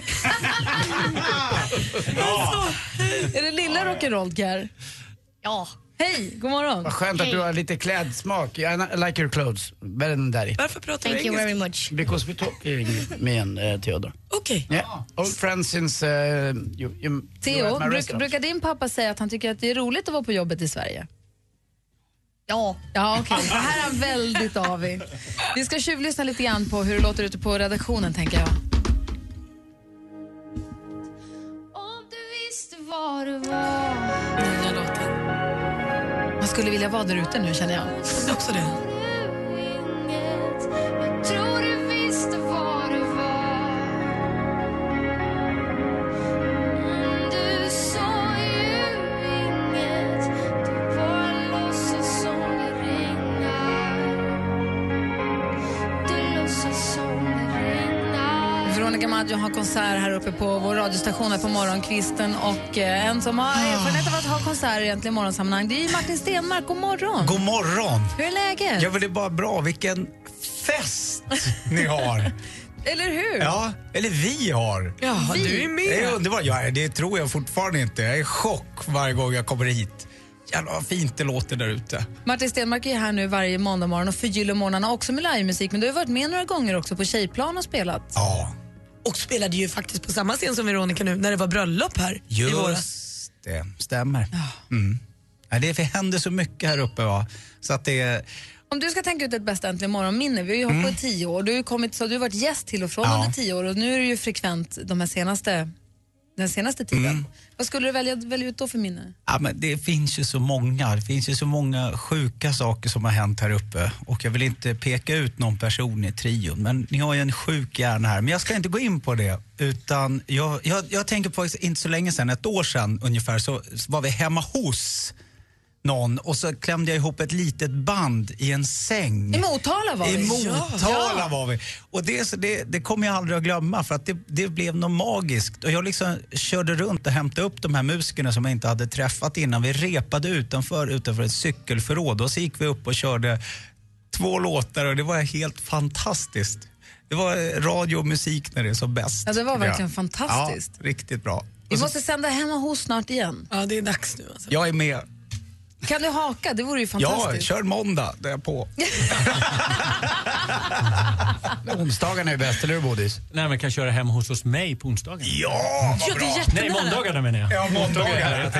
Speaker 3: är det lilla rock'n'roll Pierre? Ja. Hej, god morgon.
Speaker 4: Vad skönt att du har lite klädsmak. I like your clothes. Better than daddy.
Speaker 6: Varför pratar du
Speaker 4: Thank you
Speaker 6: engelska?
Speaker 4: very
Speaker 6: much.
Speaker 4: Because we talk in- me and uh, Theodor.
Speaker 6: Okej.
Speaker 4: Yeah. Old friends since uh, you, you, you were
Speaker 3: Theo,
Speaker 4: at my
Speaker 3: bruk,
Speaker 4: restaurant.
Speaker 3: brukar din pappa säga att han tycker att det är roligt att vara på jobbet i Sverige? Ja. Ja, okej. Så här är han väldigt avig. Vi ska tjuvlyssna lite grann på hur det låter ute på redaktionen, tänker jag.
Speaker 20: Om du visste vad det var. Nya låten.
Speaker 3: Man skulle vilja vara där ute nu, känner jag.
Speaker 6: Det också det.
Speaker 20: Jag tror du visste vad det var. Men du sa ju inget. Du bara låtsas som det regnar. Du låtsas som det regnar.
Speaker 3: Veronica Maggio har konsert här uppe på vår radiostation här på morgonkvisten och eh, en som har erfarenhet av att ha konserter egentligen i morgonsammanhang, det är ju Martin Stenmark. God morgon!
Speaker 21: God morgon!
Speaker 3: Hur är läget?
Speaker 21: Jag vill det bara bra. Vilken fest ni har!
Speaker 3: Eller hur?
Speaker 21: Ja, eller vi har.
Speaker 3: Ja, Vi. du är med.
Speaker 21: Det är underbart. Ja, det tror jag fortfarande inte. Jag är i chock varje gång jag kommer hit. Jävlar vad fint det låter där ute.
Speaker 3: Martin Stenmark är här nu varje måndag morgon och förgyller morgnarna också med livemusik. Men du har ju varit med några gånger också på Tjejplan och spelat.
Speaker 21: Ja.
Speaker 6: Och spelade ju faktiskt på samma scen som Veronica nu när det var bröllop här i våras.
Speaker 21: Just det, stämmer. Mm. Ja, det händer så mycket här uppe. Va? Så att det,
Speaker 3: Om du ska tänka ut ett bästa Äntligen morgonminne, vi har ju hållit på i tio år. Du har, ju kommit, så du har varit gäst till och från
Speaker 21: Mm. Ja.
Speaker 3: under tio år och nu är du ju frekvent de här senaste, den senaste tiden.
Speaker 21: Mm.
Speaker 3: Vad skulle du välja, välja ut då för minne?
Speaker 21: Ja, men det finns ju så många. Det finns ju så många sjuka saker som har hänt här uppe. Och jag vill inte peka ut någon person i trion, men ni har ju en sjuk hjärna här. Men jag ska inte gå in på det. Utan jag, jag, jag tänker på, inte så länge sedan, ett år sedan ungefär, så var vi hemma hos någon och så klämde jag ihop ett litet band i en säng.
Speaker 3: I Motala var vi.
Speaker 21: I Motala
Speaker 3: Ja.
Speaker 21: var vi. Och det, är så- det, det kommer jag aldrig att glömma för att det, det blev något magiskt. Och jag liksom körde runt och hämtade upp de här musikerna som jag inte hade träffat innan. Vi repade utanför, utanför ett cykelförråd och så gick vi upp och körde två låtar och det var helt fantastiskt. Det var radio och musik när det är som bäst.
Speaker 3: Ja, det var
Speaker 21: tycker jag.
Speaker 3: verkligen fantastiskt.
Speaker 21: Ja, riktigt bra.
Speaker 3: Vi måste sända hemma hos snart igen.
Speaker 6: Ja, det är dags nu.
Speaker 21: Jag är med.
Speaker 3: Kan du haka? Det vore ju
Speaker 21: alltså. Ja,
Speaker 3: fantastiskt.
Speaker 21: kör måndag, det är jag på.
Speaker 4: Onsdagarna är bäst, eller hur Bodis?
Speaker 7: Nej, men kan köra hem hos, hos mig på onsdagen.
Speaker 21: Ja,
Speaker 3: vad Ja, det är bra. jättenära.
Speaker 7: Nej, måndagarna menar jag.
Speaker 21: Ja,
Speaker 7: måndagar.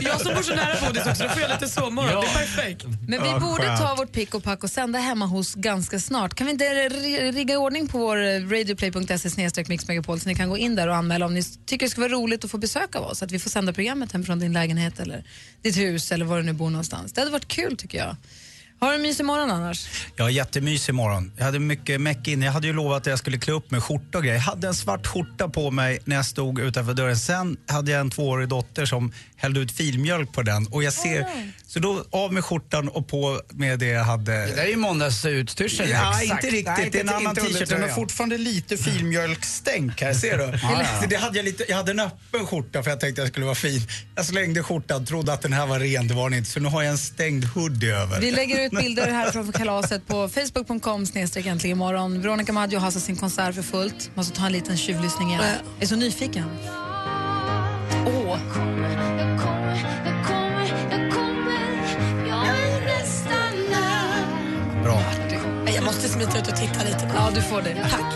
Speaker 6: Jag som bor så nära Bodis också, då får jag lite sovmorgon.
Speaker 7: Ja.
Speaker 6: Det är perfekt.
Speaker 3: Men vi borde ta vårt pick och pack och sända hemma hos ganska snart. Kan vi inte r- rigga i ordning på vår eh, radioplay.se mixmegapol så ni kan gå in där och anmäla om ni s- tycker det skulle vara roligt att få besök av oss. Att vi får sända programmet hemifrån din lägenhet eller ditt hus eller var du nu bor någonstans. Det hade varit kul tycker jag. Har du en mysig morgon annars?
Speaker 21: Jag har jättemys imorgon. Jag hade mycket meck in. Jag hade ju lovat att jag skulle klä upp mig i skjorta och grejer. Jag hade en svart skjorta på mig när jag stod utanför dörren. Sen hade jag en tvåårig dotter som hällde ut filmjölk på den. Och jag ser, Så då av med skjortan och på med det jag hade. Det
Speaker 4: där är ju måndagsutstyrseln.
Speaker 21: Ja,
Speaker 4: Exakt.
Speaker 21: inte riktigt.
Speaker 4: Nej,
Speaker 21: det är en
Speaker 4: inte-
Speaker 21: annan
Speaker 4: inte
Speaker 21: t-shirt. Den har
Speaker 4: undertröjan.
Speaker 21: fortfarande lite filmjölkstänk här, ser du?
Speaker 4: Ja, ja.
Speaker 21: Så Det hade jag, lite, jag hade en öppen skjorta för jag tänkte att jag skulle vara fin. Jag slängde skjortan, trodde att den här var ren, det var den inte. Så nu har jag en stängd hoodie över.
Speaker 3: Vi lägger ut bilder härifrån för kalaset på facebook.com snedstreck äntligen imorgon. Veronica Maggio har alltså sin konsert för fullt. Måste ta en liten tjuvlyssning igen. Jag är så nyfiken. Åh!
Speaker 4: Bra.
Speaker 6: Nej, Jag måste smita ut och titta lite.
Speaker 3: Ja, du får det. Tack.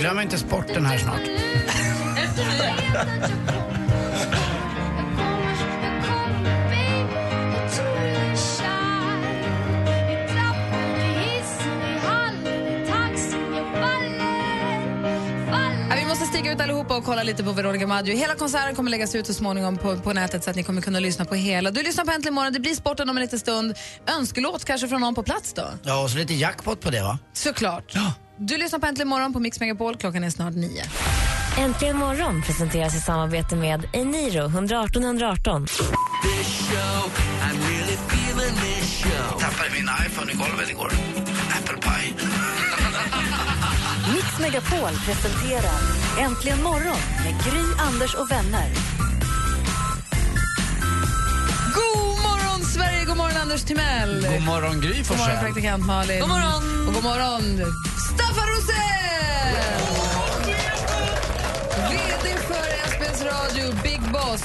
Speaker 4: Glöm inte sporten här snart.
Speaker 3: Ja, Vi måste stiga ut allihopa och kolla lite på Veronica Maggio. Hela konserten kommer läggas ut så småningom på, på nätet så att ni kommer kunna lyssna på hela. Du lyssnar på Äntligen morgon, det blir sporten om en liten stund. Önskelåt kanske från någon på plats då?
Speaker 4: Ja, och så lite jackpot på det va?
Speaker 3: Såklart. Du lyssnar på Äntligen morgon på Mix Megapol, klockan är snart nio.
Speaker 15: Äntligen morgon presenteras i samarbete med Eniro 118 118.
Speaker 1: Jag tappade min iPhone i golvet igår. Apple pie.
Speaker 2: Mix Megapol presenterar Äntligen morgon med Gry, Anders och vänner.
Speaker 3: God morgon Sverige, god morgon Anders Timell.
Speaker 4: God morgon Gry
Speaker 3: God morgon
Speaker 4: Forssell.
Speaker 3: praktikant Malin.
Speaker 6: God morgon.
Speaker 3: Och god morgon Staffan Rosell! VD för SBS Radio, Big Boss,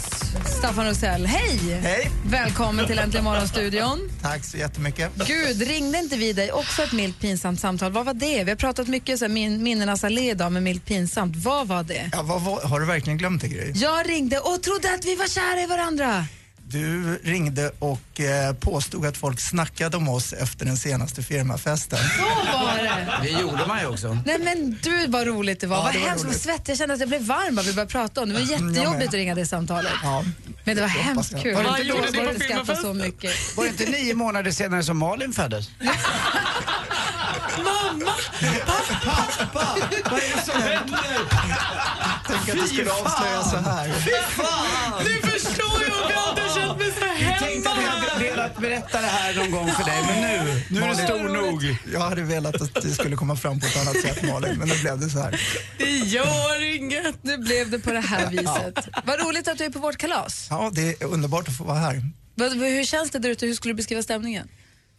Speaker 3: Staffan Rosell. Hej!
Speaker 22: Hej!
Speaker 3: Välkommen till Äntligen morgon-studion.
Speaker 22: Tack så jättemycket.
Speaker 3: Gud, ringde inte vi dig också ett milt pinsamt samtal? Vad var det? Vi har pratat mycket så här, min, minnenas allé idag med milt pinsamt. Vad var det?
Speaker 22: Ja, vad, var- har du verkligen glömt det Gry?
Speaker 3: Jag ringde och trodde att vi var kära i varandra.
Speaker 22: Du ringde och eh, påstod att folk snackade om oss efter den senaste firmafesten.
Speaker 3: Så var det.
Speaker 22: Det gjorde man ju också.
Speaker 3: Nej men du vad roligt det var.
Speaker 22: Ja,
Speaker 3: vad
Speaker 22: det var
Speaker 3: hemskt, vad
Speaker 22: roligt.
Speaker 3: svettigt. Jag kände att jag blev varm bara vi började prata om det. Det var
Speaker 22: Mm, jag
Speaker 3: jättejobbigt
Speaker 22: med.
Speaker 3: att ringa det samtalet.
Speaker 22: Ja.
Speaker 3: Men det var
Speaker 22: hoppas
Speaker 3: hemskt
Speaker 22: jag.
Speaker 3: kul.
Speaker 22: Vad
Speaker 3: Jag
Speaker 22: gjorde
Speaker 3: hade
Speaker 22: ni på
Speaker 3: inte skrattat så
Speaker 22: filmafesten?
Speaker 3: mycket.
Speaker 4: Var det inte nio månader senare som Malin föddes?
Speaker 22: Mamma! Pappa! Pappa! Vad är det som händer? Tänk att det skulle avslöja så här.
Speaker 6: Nu förstår jag om jag hade känt mig så
Speaker 4: Jag tänkte att jag hade velat berätta det här någon gång för dig, men nu, nu är du
Speaker 22: Malin,
Speaker 4: stor nog.
Speaker 22: Jag hade velat att det skulle komma fram på ett annat sätt Malin, men nu blev det så här.
Speaker 6: Det gör inget.
Speaker 3: Nu blev det på det här viset. Vad roligt att du är på vårt kalas.
Speaker 22: Ja, det är underbart att få vara här.
Speaker 3: Vad- Hur känns det där ute? Hur skulle du beskriva stämningen?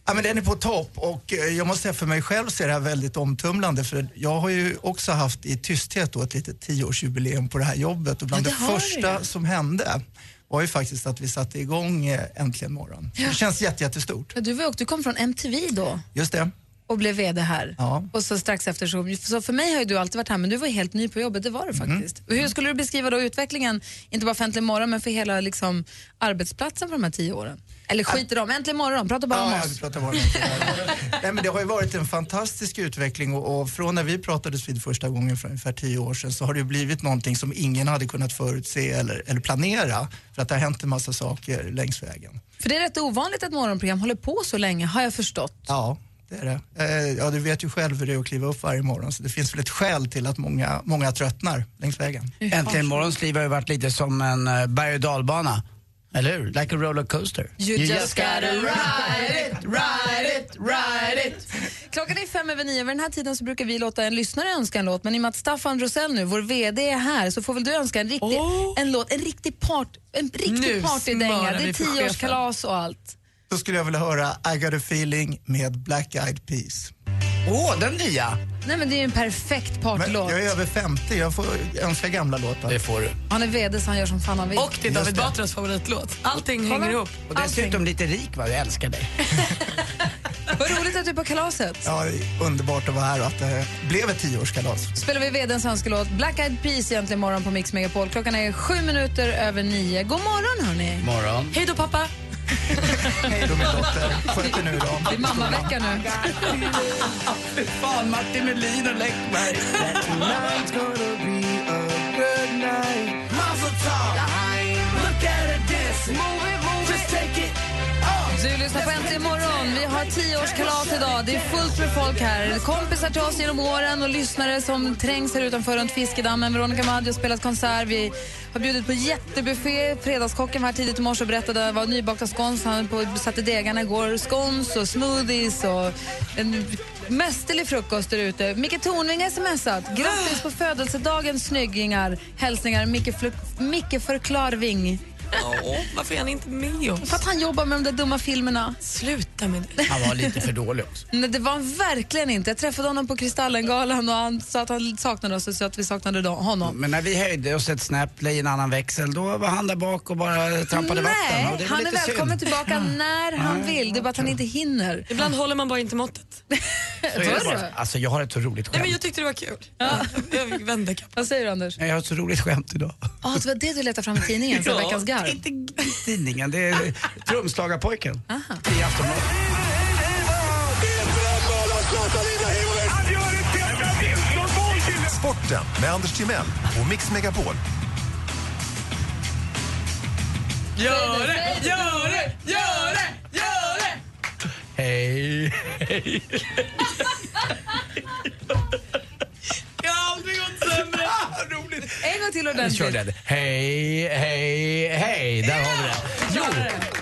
Speaker 22: Ja, men den är på topp och eh, jag måste säga för mig själv så är det här väldigt omtumlande för jag har ju också haft i tysthet då ett litet tioårsjubileum på det här jobbet och bland
Speaker 3: Ja, det
Speaker 22: det,
Speaker 3: har
Speaker 22: första
Speaker 3: du.
Speaker 22: som hände var ju faktiskt att vi satte igång eh, Äntligen morgon. Det känns jätte, jättestort.
Speaker 3: Ja, Du, var ju också- du kom från MTV då
Speaker 22: Just det.
Speaker 3: och blev VD här.
Speaker 22: Ja.
Speaker 3: Och så strax efter så, så för mig har ju du alltid varit här men du var ju helt ny på jobbet, det var du faktiskt. Och hur skulle du beskriva då utvecklingen, inte bara för Äntligen morgon men för hela liksom, arbetsplatsen för de här tio åren? Eller skit i dem, Äntligen morgon, prata bara om
Speaker 22: Ja,
Speaker 3: oss.
Speaker 22: vi pratar bara om det. Nej, men det har ju varit en fantastisk utveckling och, och från när vi pratades vid första gången för ungefär tio år sedan så har det ju blivit någonting som ingen hade kunnat förutse eller, eller planera för att det har hänt en massa saker längs vägen.
Speaker 3: För det är rätt ovanligt att morgonprogram håller på så länge har jag förstått.
Speaker 22: Ja, det är det. Eh, ja, du vet ju själv hur det är att kliva upp varje morgon så det finns väl ett skäl till att många, många tröttnar längs vägen.
Speaker 4: Äntligen morgons liv har ju varit lite som en eh, berg och dalbana. Eller hur? Like a roller coaster.
Speaker 3: You just gotta ride it, ride it, ride it. Klockan är fem över nio. Vid den här tiden så brukar vi låta en lyssnare önska en låt. Men i och med att Staffan Rosell nu, vår VD, är här så får väl du önska en riktig, en låt, en riktig, part, en
Speaker 22: Nu
Speaker 3: riktig partydänga.
Speaker 22: smörar
Speaker 3: Det är
Speaker 22: vi för
Speaker 3: tioårskalas och allt.
Speaker 22: Då skulle jag vilja höra I got a feeling med Black Eyed Peas.
Speaker 4: Åh, den nya!
Speaker 3: Nej men det är ju en perfekt partylåt.
Speaker 22: Jag är över 50, jag får önska gamla låtar.
Speaker 4: Det får du.
Speaker 3: Han är vd så han gör som fan han vill.
Speaker 6: Och det är David Batras favoritlåt. Allting
Speaker 3: Kolla.
Speaker 6: hänger ihop.
Speaker 4: Och dessutom lite rik va, jag älskar dig.
Speaker 3: Vad roligt att du är på kalaset.
Speaker 22: Ja, det är underbart att vara här och att det blev ett tioårskalas.
Speaker 3: Spelar vi vdns önskelåt Black Eyed Peas egentligen imorgon på Mix Megapol. Klockan är sju minuter över nio. God morgon hörni.
Speaker 4: Morgon.
Speaker 3: Hej då pappa.
Speaker 22: Hej då min dotter, sköt er nu då.
Speaker 3: Det är mammavecka nu.
Speaker 4: Fan, Martin Melin och Läckberg.
Speaker 3: Du lyssnar på Äntligen morgon. Vi har tioårskalas idag. Det är fullt med folk här. Kompisar till oss genom åren och lyssnare som trängs här utanför runt Fiskedammen. Veronica Maggio har spelat konsert. Vi har bjudit på jättebuffé. Fredagskocken var här tidigt i morse och berättade vad nybakta scones han på, satte degarna igår. Scones och smoothies och en mästerlig frukost där ute. Micke Tornving har smsat. Grattis på födelsedagen, snyggingar. Hälsningar Micke, Fl- Micke Förklarving.
Speaker 6: Åh, varför är han inte med oss?
Speaker 3: För att han jobbar med de där dumma filmerna.
Speaker 6: Sluta med det.
Speaker 4: Han var lite för dålig också.
Speaker 3: Nej, det var han verkligen inte. Jag träffade honom på Kristallengalan och han sa att han saknade oss och så att vi saknade då- honom.
Speaker 4: Men när vi höjde oss ett snäpp, la i en annan växel, då var han där bak och bara trampade vatten.
Speaker 3: Nej,
Speaker 4: Och det var
Speaker 3: han är
Speaker 4: lite
Speaker 3: välkommen
Speaker 4: synd.
Speaker 3: tillbaka när han vill. Det är bara att han inte hinner.
Speaker 6: Ibland håller man bara inte måttet.
Speaker 4: Så är det bara. Alltså jag har ett så roligt
Speaker 6: Nej, men
Speaker 4: skämt.
Speaker 6: jag tyckte det var kul. Jag vände kappan.
Speaker 3: Vad säger du, Anders?
Speaker 4: Nej, Jag har ett så roligt skämt idag.
Speaker 3: Ja, det var det du letade fram i tidningen för
Speaker 4: Ja.
Speaker 3: veckans garv.
Speaker 4: Tidningen, det är Trumslagarpojken i Aftonbladet.
Speaker 10: Sporten med Anders Timell och Mix Megapol.
Speaker 6: Gör det, gör det, gör det, gör det!
Speaker 4: Hej, hej.
Speaker 6: Det har aldrig gått sämre.
Speaker 4: Roligt.
Speaker 3: En gång till
Speaker 4: Vi kör
Speaker 3: ordentligt.
Speaker 4: den. Hej, hej, hej. Där har vi den. Jo,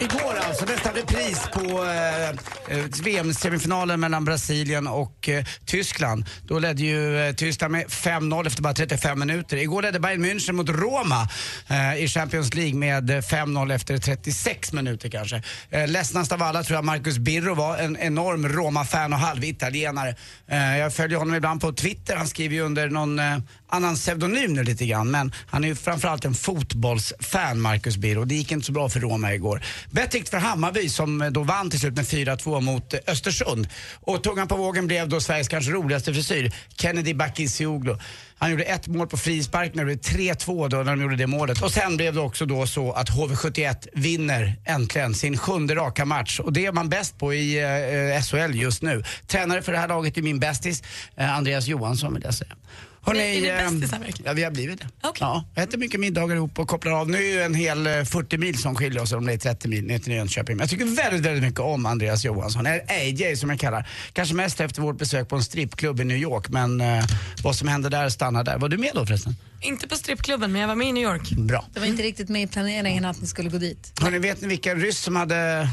Speaker 4: igår alltså nästan repris på eh, eh, VM-semifinalen mellan Brasilien och eh, Tyskland. Då ledde ju eh, Tyskland med 5-0 efter bara 35 minuter. Igår ledde Bayern München mot Roma eh, i Champions League med eh, 5-0 efter 36 minuter kanske. Eh, ledsnast av alla tror jag Marcus Birro var, en enorm Roma-fan och halvitalienare. Eh, jag följer honom ibland på Twitter, han skriver ju under någon eh, annan pseudonym nu lite grann. Men han är ju framförallt en fotbollsfan, Marcus Birro. Det gick inte så bra för Roma igår. Bättre gick det för Hammarby som eh, då vann till slut med 4-2 mot eh, Östersund. Och tungan på vågen blev då Sveriges kanske roligaste frisyr, Kennedy Bakircioglu. Han gjorde ett mål på frispark när det blev 3-2 då när de gjorde det målet. Och sen blev det också då så att HV71 vinner äntligen sin sjunde raka match. Och det är man bäst på i eh, eh, SHL just nu. Tränare för det här laget är min bästis, eh, Andreas Johansson vill jag säga. Hörrni,
Speaker 6: Är- är ni
Speaker 4: eh,
Speaker 6: bästisar verkligen?
Speaker 4: Ja, vi har blivit det. Ja, jag äter mycket middagar ihop och kopplar av. Nu är ju en hel eh, 40 mil som skiljer oss, om det är 30 mil ner till Jönköping. Men jag tycker väldigt, väldigt mycket om Andreas Johansson, eller AJ som jag kallar. Kanske mest efter vårt besök på en strippklubb i New York, men eh, vad som hände där stannar där. Var du med då förresten?
Speaker 6: Inte på strippklubben, men jag var med i New York.
Speaker 4: Bra.
Speaker 3: Det var inte riktigt med i planeringen att ni skulle gå dit.
Speaker 4: Hörni, vet ni vilken ryss som hade,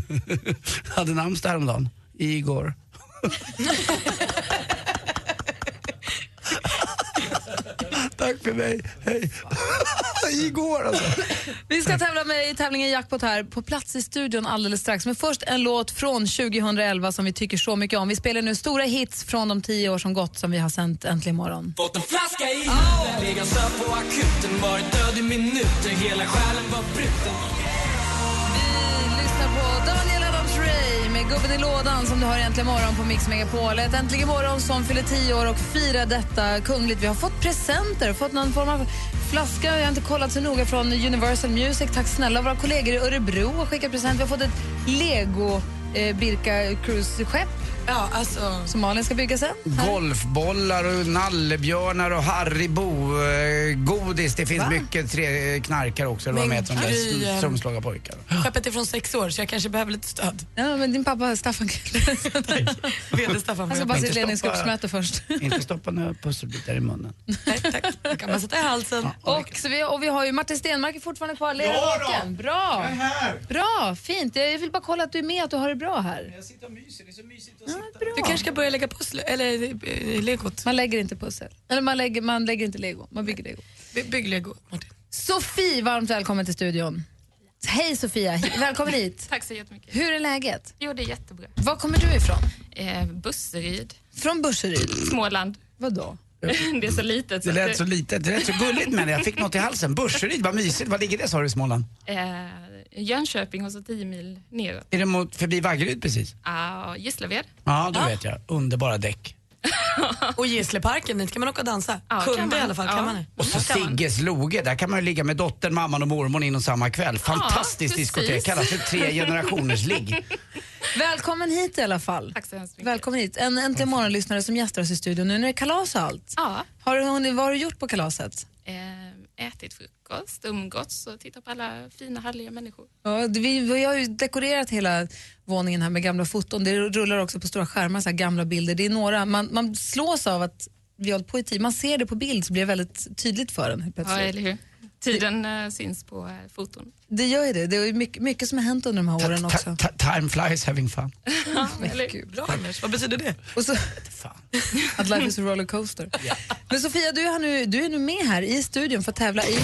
Speaker 4: hade namnsdag häromdagen? Igor. Tack för mig, hej. Igår alltså.
Speaker 3: Vi ska tävla med i tävlingen Jackpot här på plats i studion alldeles strax. Men först en låt från 2011 som vi tycker så mycket om. Vi spelar nu stora hits från de tio år som gått som vi har sänt Äntligen morgon.
Speaker 5: Fått en flaska i huvudet, legat sövd på akuten Varit död i minuter, hela själen var bruten
Speaker 3: Lyssna på Daniel Adams-Ray med Gubben i lådan som du har Äntligen morgon på Mix Megapol. Ett Äntligen morgon som fyller tio år och firar detta kungligt. Vi har fått presenter, fått någon form av flaska, jag har inte kollat så noga, från Universal Music. Tack snälla våra kollegor i Örebro har skickat present. Vi har fått ett Lego eh, Birka Cruise-skepp
Speaker 6: ja, alltså.
Speaker 3: som Malin ska bygga sen.
Speaker 4: Golfbollar och nallebjörnar och Haribo, eh, godis. Det finns mycket tre knarkar också. Eller vad de
Speaker 6: Men
Speaker 4: heter, de
Speaker 6: Gry,
Speaker 4: där
Speaker 6: ehm,
Speaker 4: trumslagarpojkar.
Speaker 6: Skeppet är från sex år, så jag kanske behöver lite stöd.
Speaker 3: Ja, men din pappa Staffan
Speaker 6: Vd Staffan
Speaker 3: Han ska
Speaker 6: får
Speaker 3: bara
Speaker 6: hjälpa.
Speaker 3: sitta i ledningsgruppsmöte först.
Speaker 4: Inte stoppa några pusselbitar i munnen.
Speaker 6: Då kan man sätta i halsen.
Speaker 3: Och, så vi, och vi har ju Martin Stenmark är fortfarande kvar. Lever
Speaker 6: Ja då!
Speaker 3: vaken. Bra.
Speaker 6: Jag är här.
Speaker 3: Bra, fint. Jag vill bara kolla att du är med, att du har det bra här. Jag sitter och myser. Det är så mysigt att sitta.
Speaker 6: Du kanske ska börja lägga pussel, eller eh, legot.
Speaker 3: Man lägger inte pussel. Eller man lägger, man lägger inte lego, man bygger lego.
Speaker 6: By- Bygg lego, Martin.
Speaker 3: Sofie, varmt välkommen till studion. Hej Sofia, Hi- välkommen hit.
Speaker 11: Tack så jättemycket.
Speaker 3: Hur är läget?
Speaker 11: Jo, det är jättebra.
Speaker 3: Var kommer du ifrån?
Speaker 11: Eh, Busseryd.
Speaker 3: Från Burseryd?
Speaker 11: Småland.
Speaker 3: Vadå?
Speaker 11: det är så litet.
Speaker 4: Det
Speaker 11: att
Speaker 4: lät så litet, det lät så gulligt med det. Jag fick något i halsen. Burseryd, vad mysigt. Var ligger det sa du i Småland?
Speaker 11: Eh, Jönköping och så 10 mil neråt.
Speaker 4: Är det mot, förbi Vaggeryd precis?
Speaker 11: Ah, Gislaved.
Speaker 4: Ja, då vet jag. Underbara däck.
Speaker 6: Och Gisleparken, dit kan man åka och dansa.
Speaker 11: Ja, kan
Speaker 6: Kunde i
Speaker 11: man.
Speaker 6: alla fall,
Speaker 11: Ja.
Speaker 6: kan man det?
Speaker 4: Och så Sigges loge, där kan man ju ligga med dottern, mamman och mormor inom samma kväll. Fantastiskt
Speaker 3: precis.
Speaker 4: diskotek, kallas för tre generationers ligg.
Speaker 3: Välkommen hit i alla fall.
Speaker 11: Tack så hemskt mycket.
Speaker 3: Välkommen hit. En äntligen morgonlyssnare som gästar oss i studion nu när det är kalas och allt.
Speaker 11: Ja.
Speaker 3: Har du, hunnit- vad har du gjort på kalaset?
Speaker 11: Eh, ätit frukost, umgåtts och tittat på alla fina, härliga människor.
Speaker 3: Ja, det- vi, vi har ju dekorerat hela våningen här med gamla foton. Det rullar också på stora skärmar, så här gamla bilder. Det är några, man, man slås av att vi har hållit på i tid. Man ser det på bild så blir det väldigt tydligt för en helt
Speaker 11: Ja,
Speaker 3: plötsligt.
Speaker 11: eller hur? Tiden eh, syns på eh, foton.
Speaker 3: Det gör ju det. Det är mycket, mycket som har hänt under de här åren också.
Speaker 4: Ta- Time flies having fun.
Speaker 6: Bra Anders, vad betyder det?
Speaker 3: Och så, att life is a rollercoaster. Men Sofia, du är, nu, du är nu med här i studion för att tävla i...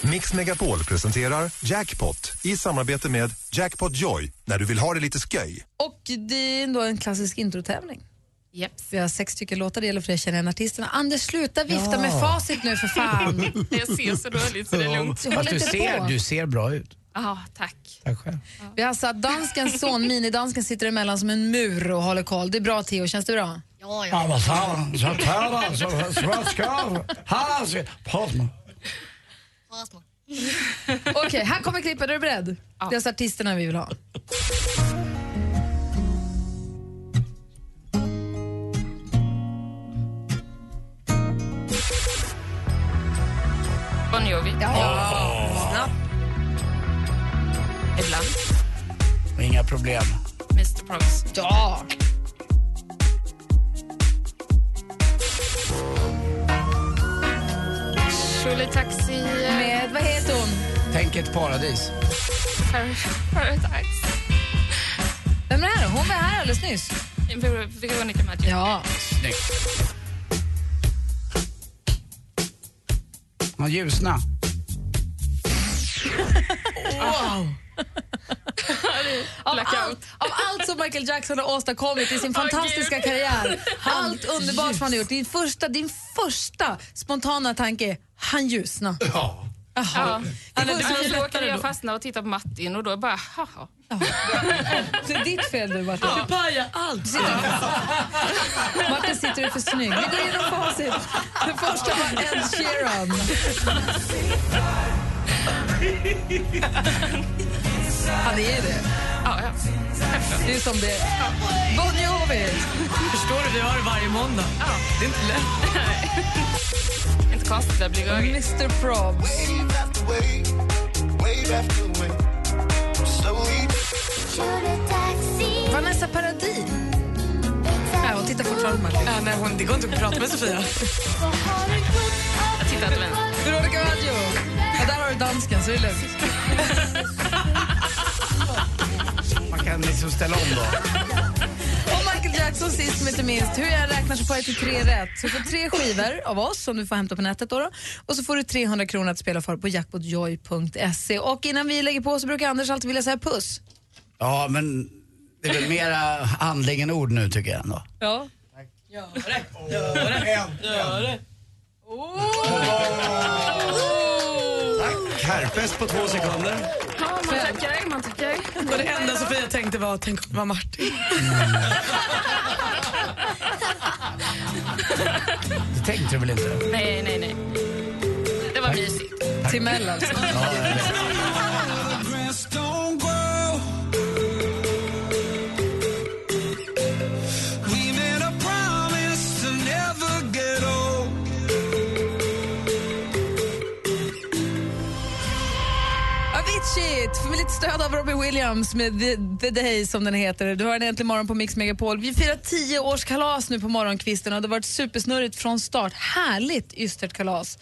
Speaker 10: Mix Megapol presenterar Jackpot i samarbete med Jackpot Joy när du vill ha det lite sköj.
Speaker 3: Och det är ändå en klassisk introtävling.
Speaker 11: Yep.
Speaker 3: Vi har sex stycken låtar, det gäller för dig att känna igen artisterna. Anders, sluta vifta
Speaker 4: Ja.
Speaker 3: med facit nu för fan.
Speaker 11: Jag ser så dåligt så det är lugnt.
Speaker 3: Håll
Speaker 4: Fast du
Speaker 3: inte på.
Speaker 4: ser, du ser bra ut.
Speaker 11: Ja, tack.
Speaker 4: Tack själv.
Speaker 3: Vi har satt danskens son, minidansken, sitter emellan som en mur och håller koll. Det är bra Theo, känns det bra?
Speaker 4: Ja, vad fan, så här, så här, så här ska vi. Här ska vi. Pass mig.
Speaker 3: Okej, här kommer klippet. Är du beredd? Det är alltså artisterna vi vill ha.
Speaker 11: Bon Jovi.
Speaker 3: Ja. Snabbt.
Speaker 11: Ibland.
Speaker 4: Inga problem.
Speaker 11: Mr Props.
Speaker 3: Ja!
Speaker 11: Shirley Taxi.
Speaker 3: Med, vad heter hon?
Speaker 4: Tänk ett paradis.
Speaker 11: Par- Paradise.
Speaker 3: Vem är det? Hon var här alldeles nyss.
Speaker 11: Ver- Veronica Maggio.
Speaker 3: Ja.
Speaker 4: Snyggt. Man ljusna.
Speaker 3: Wow! av, allt, av allt som Michael Jackson har åstadkommit i sin
Speaker 11: Åh,
Speaker 3: fantastiska
Speaker 11: Gud.
Speaker 3: karriär, allt underbart som han har gjort. Din första, din första spontana tanke är han ljusna.
Speaker 10: Ja.
Speaker 11: Ja.
Speaker 3: Jaha.
Speaker 11: Eller,
Speaker 3: Det
Speaker 11: det
Speaker 3: var-
Speaker 11: så råkade jag fastna och titta på Martin och då bara, haha.
Speaker 3: Det är ditt fel nu Martin.
Speaker 11: Ja. Du
Speaker 3: pajar allt. Martin sitter du för snygg. Vi går igenom facit. Den första var Ed Sheeran. Han är det.
Speaker 11: Ja, ja.
Speaker 3: Det är som det är. Bon Jovi.
Speaker 6: Förstår du, vi har det varje måndag. Det är inte lätt.
Speaker 11: Inte konstigt, jag blir rörig.
Speaker 3: Mr Probs. Vanessa Paradis. Nej, hon tittar fortfarande på Martin.
Speaker 6: Ja, Äh, nej, hon, det går inte att prata med Sofia.
Speaker 11: Jag tittar inte med henne.
Speaker 3: Veronica Maggio. Ja, där har du dansken, så det är lugnt.
Speaker 4: Man kan liksom ställa om då.
Speaker 3: Och Michael Jackson sist men inte minst. Hur jag räknar så får jag till tre rätt. Så du får tre skivor av oss som du får hämta på nätet. Då då. Och så får du 300 kronor att spela för på jackpotjoy.se. Och innan vi lägger på så brukar Anders alltid vilja säga puss.
Speaker 4: Ja, men det är väl mera handling än ord nu tycker jag ändå.
Speaker 3: Ja.
Speaker 6: Gör det, gör det, gör det.
Speaker 4: Herpes på två sekunder.
Speaker 11: Ja, man tackar, man tackar.
Speaker 6: Och det enda Sofia tänkte var, tänk om det var Martin.
Speaker 4: Det tänkte du väl inte?
Speaker 11: Nej, nej, nej. Det var mysigt.
Speaker 3: Timell alltså. Avicii, med lite stöd av Robbie Williams med The, The Day som den heter. Du har en äntligen morgon på Mix Megapol. Vi firar 10 års kalas nu på morgonkvisten och det har varit supersnurrigt från start. Härligt ystert kalas.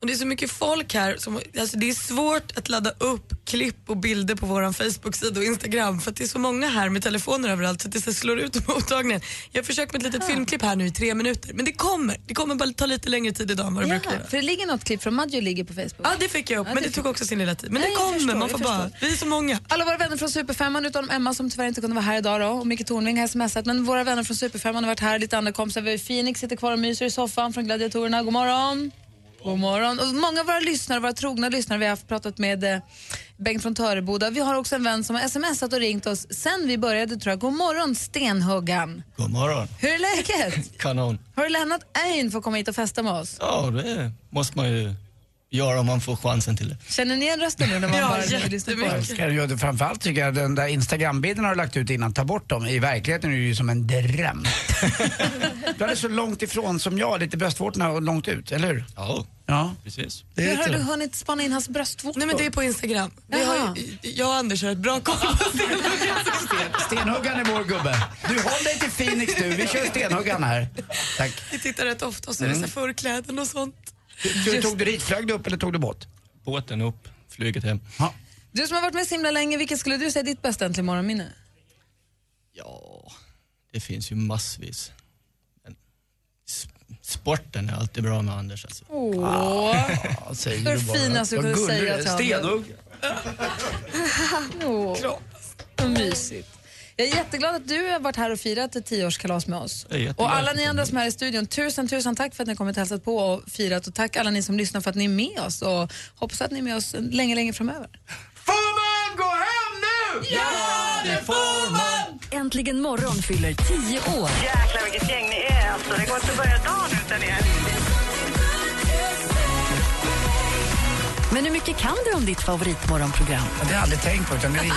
Speaker 6: Och det är så mycket folk här, som, alltså det är svårt att ladda upp klipp och bilder på vår Facebook-sida och Instagram för att det är så många här med telefoner överallt så att det så slår ut mottagningen. Jag har försökt med ett litet filmklipp här nu i tre minuter men det kommer. Det kommer bara ta lite längre tid idag än vad det
Speaker 3: Ja,
Speaker 6: brukar göra.
Speaker 3: för det ligger något klipp från Maggio ligger på Facebook.
Speaker 6: Ja, det fick jag upp,
Speaker 3: Ja,
Speaker 6: men
Speaker 3: det
Speaker 6: det tog också sin lilla tid. Men
Speaker 3: Nej,
Speaker 6: det
Speaker 3: jag
Speaker 6: kommer,
Speaker 3: förstår,
Speaker 6: man
Speaker 3: jag
Speaker 6: får bara...
Speaker 3: förstår.
Speaker 6: Vi är så många.
Speaker 3: Alla våra vänner från Superfemman, utom Emma som tyvärr inte kunde vara här idag då, och Micke Tornving har smsat. Men våra vänner från Superfemman har varit här, lite andra kompisar. Vi har Phoenix, sitter kvar och myser i soffan från Gladiatorerna. God morgon! God morgon. Och många av våra lyssnare, våra trogna lyssnare, vi har haft pratat med eh, Bengt från Töreboda. Vi har också en vän som har smsat och ringt oss sen vi började tror jag. God morgon Stenhuggan!
Speaker 14: God morgon.
Speaker 3: Hur är läget?
Speaker 14: Kanon.
Speaker 3: Har du lämnat ön för att komma hit och festa med oss?
Speaker 14: Ja, det måste man ju göra om man får chansen till det.
Speaker 3: Känner ni igen rösten nu när man
Speaker 14: Ja,
Speaker 3: bara lyssnar på oss?
Speaker 4: Ska du, göra- framförallt tycker jag den där Instagram-bilden har du lagt ut innan, ta bort dem. I verkligheten är det ju som en dröm. du hade så långt ifrån som jag, lite bröstvårtorna och långt ut, eller hur?
Speaker 14: Ja,
Speaker 4: ja.
Speaker 14: precis.
Speaker 3: Hur har du hunnit spana in hans bröstvårtor?
Speaker 6: Nej men det är på Instagram. Vi
Speaker 3: Jaha.
Speaker 6: har, ju- jag och Anders har ett bra koll på
Speaker 4: Stenhuggaren är vår gubbe. Du håll dig till Phoenix du, vi kör stenhuggaren här. Tack.
Speaker 6: Vi tittar rätt ofta och så är det så här
Speaker 14: Mm.
Speaker 6: förkläden och sånt.
Speaker 4: Så du tog du dit, flög du upp eller tog du båt?
Speaker 14: Båten upp, flyget hem.
Speaker 3: Du som har varit med så himla länge, vilket skulle du säga är ditt bästa äntligen morgonminne?
Speaker 14: Det finns ju massvis. Men s- Sporten är alltid bra med Anders alltså.
Speaker 3: Åh,
Speaker 14: Ja, säger
Speaker 3: det
Speaker 14: du bara.
Speaker 3: finaste du
Speaker 14: Vad
Speaker 3: kunde
Speaker 14: gullig
Speaker 3: säga
Speaker 14: du är.
Speaker 3: till honom.
Speaker 14: Stenugg.
Speaker 3: Åh, vad mysigt. Jag är jätteglad att du har varit här och firat ett tioårskalas med oss.
Speaker 14: Jag är jätteglad
Speaker 3: Och alla
Speaker 14: att
Speaker 3: ni
Speaker 14: du
Speaker 3: andra som är här i studion, tusen, tusen tack för att ni har kommit och hälsat på och firat. Och tack alla ni som lyssnar för att ni är med oss. Och hoppas att ni är med oss länge, länge framöver.
Speaker 4: Får man gå hem nu?
Speaker 2: Ja, det får man! Äntligen morgon fyller 10 år.
Speaker 9: Jäklar vilket gäng ni är alltså. Det går inte att börja dagen utan er.
Speaker 2: Men hur mycket kan du om ditt favoritmorgonprogram?
Speaker 4: Det har jag aldrig tänkt på, utan det är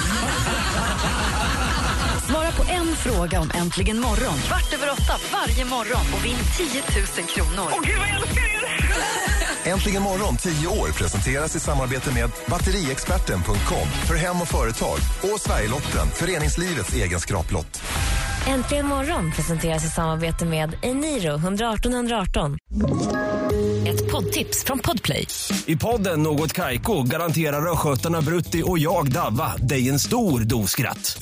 Speaker 2: Svara på en fråga om Äntligen morgon kvart över åtta varje morgon och vinn 10 000 kronor. Åh, gud vad jag älskar
Speaker 10: Äntligen morgon 10 år presenteras i samarbete med batteriexperten.com för hem och företag och Sverigelotten, föreningslivets egen skraplott.
Speaker 15: Äntligen morgon presenteras i samarbete med Eniro 118 118. Ett poddtips från Podplay.
Speaker 12: I podden Något Kaiko garanterar östgötarna Brutti och jag, Davva, dig en stor dos skratt.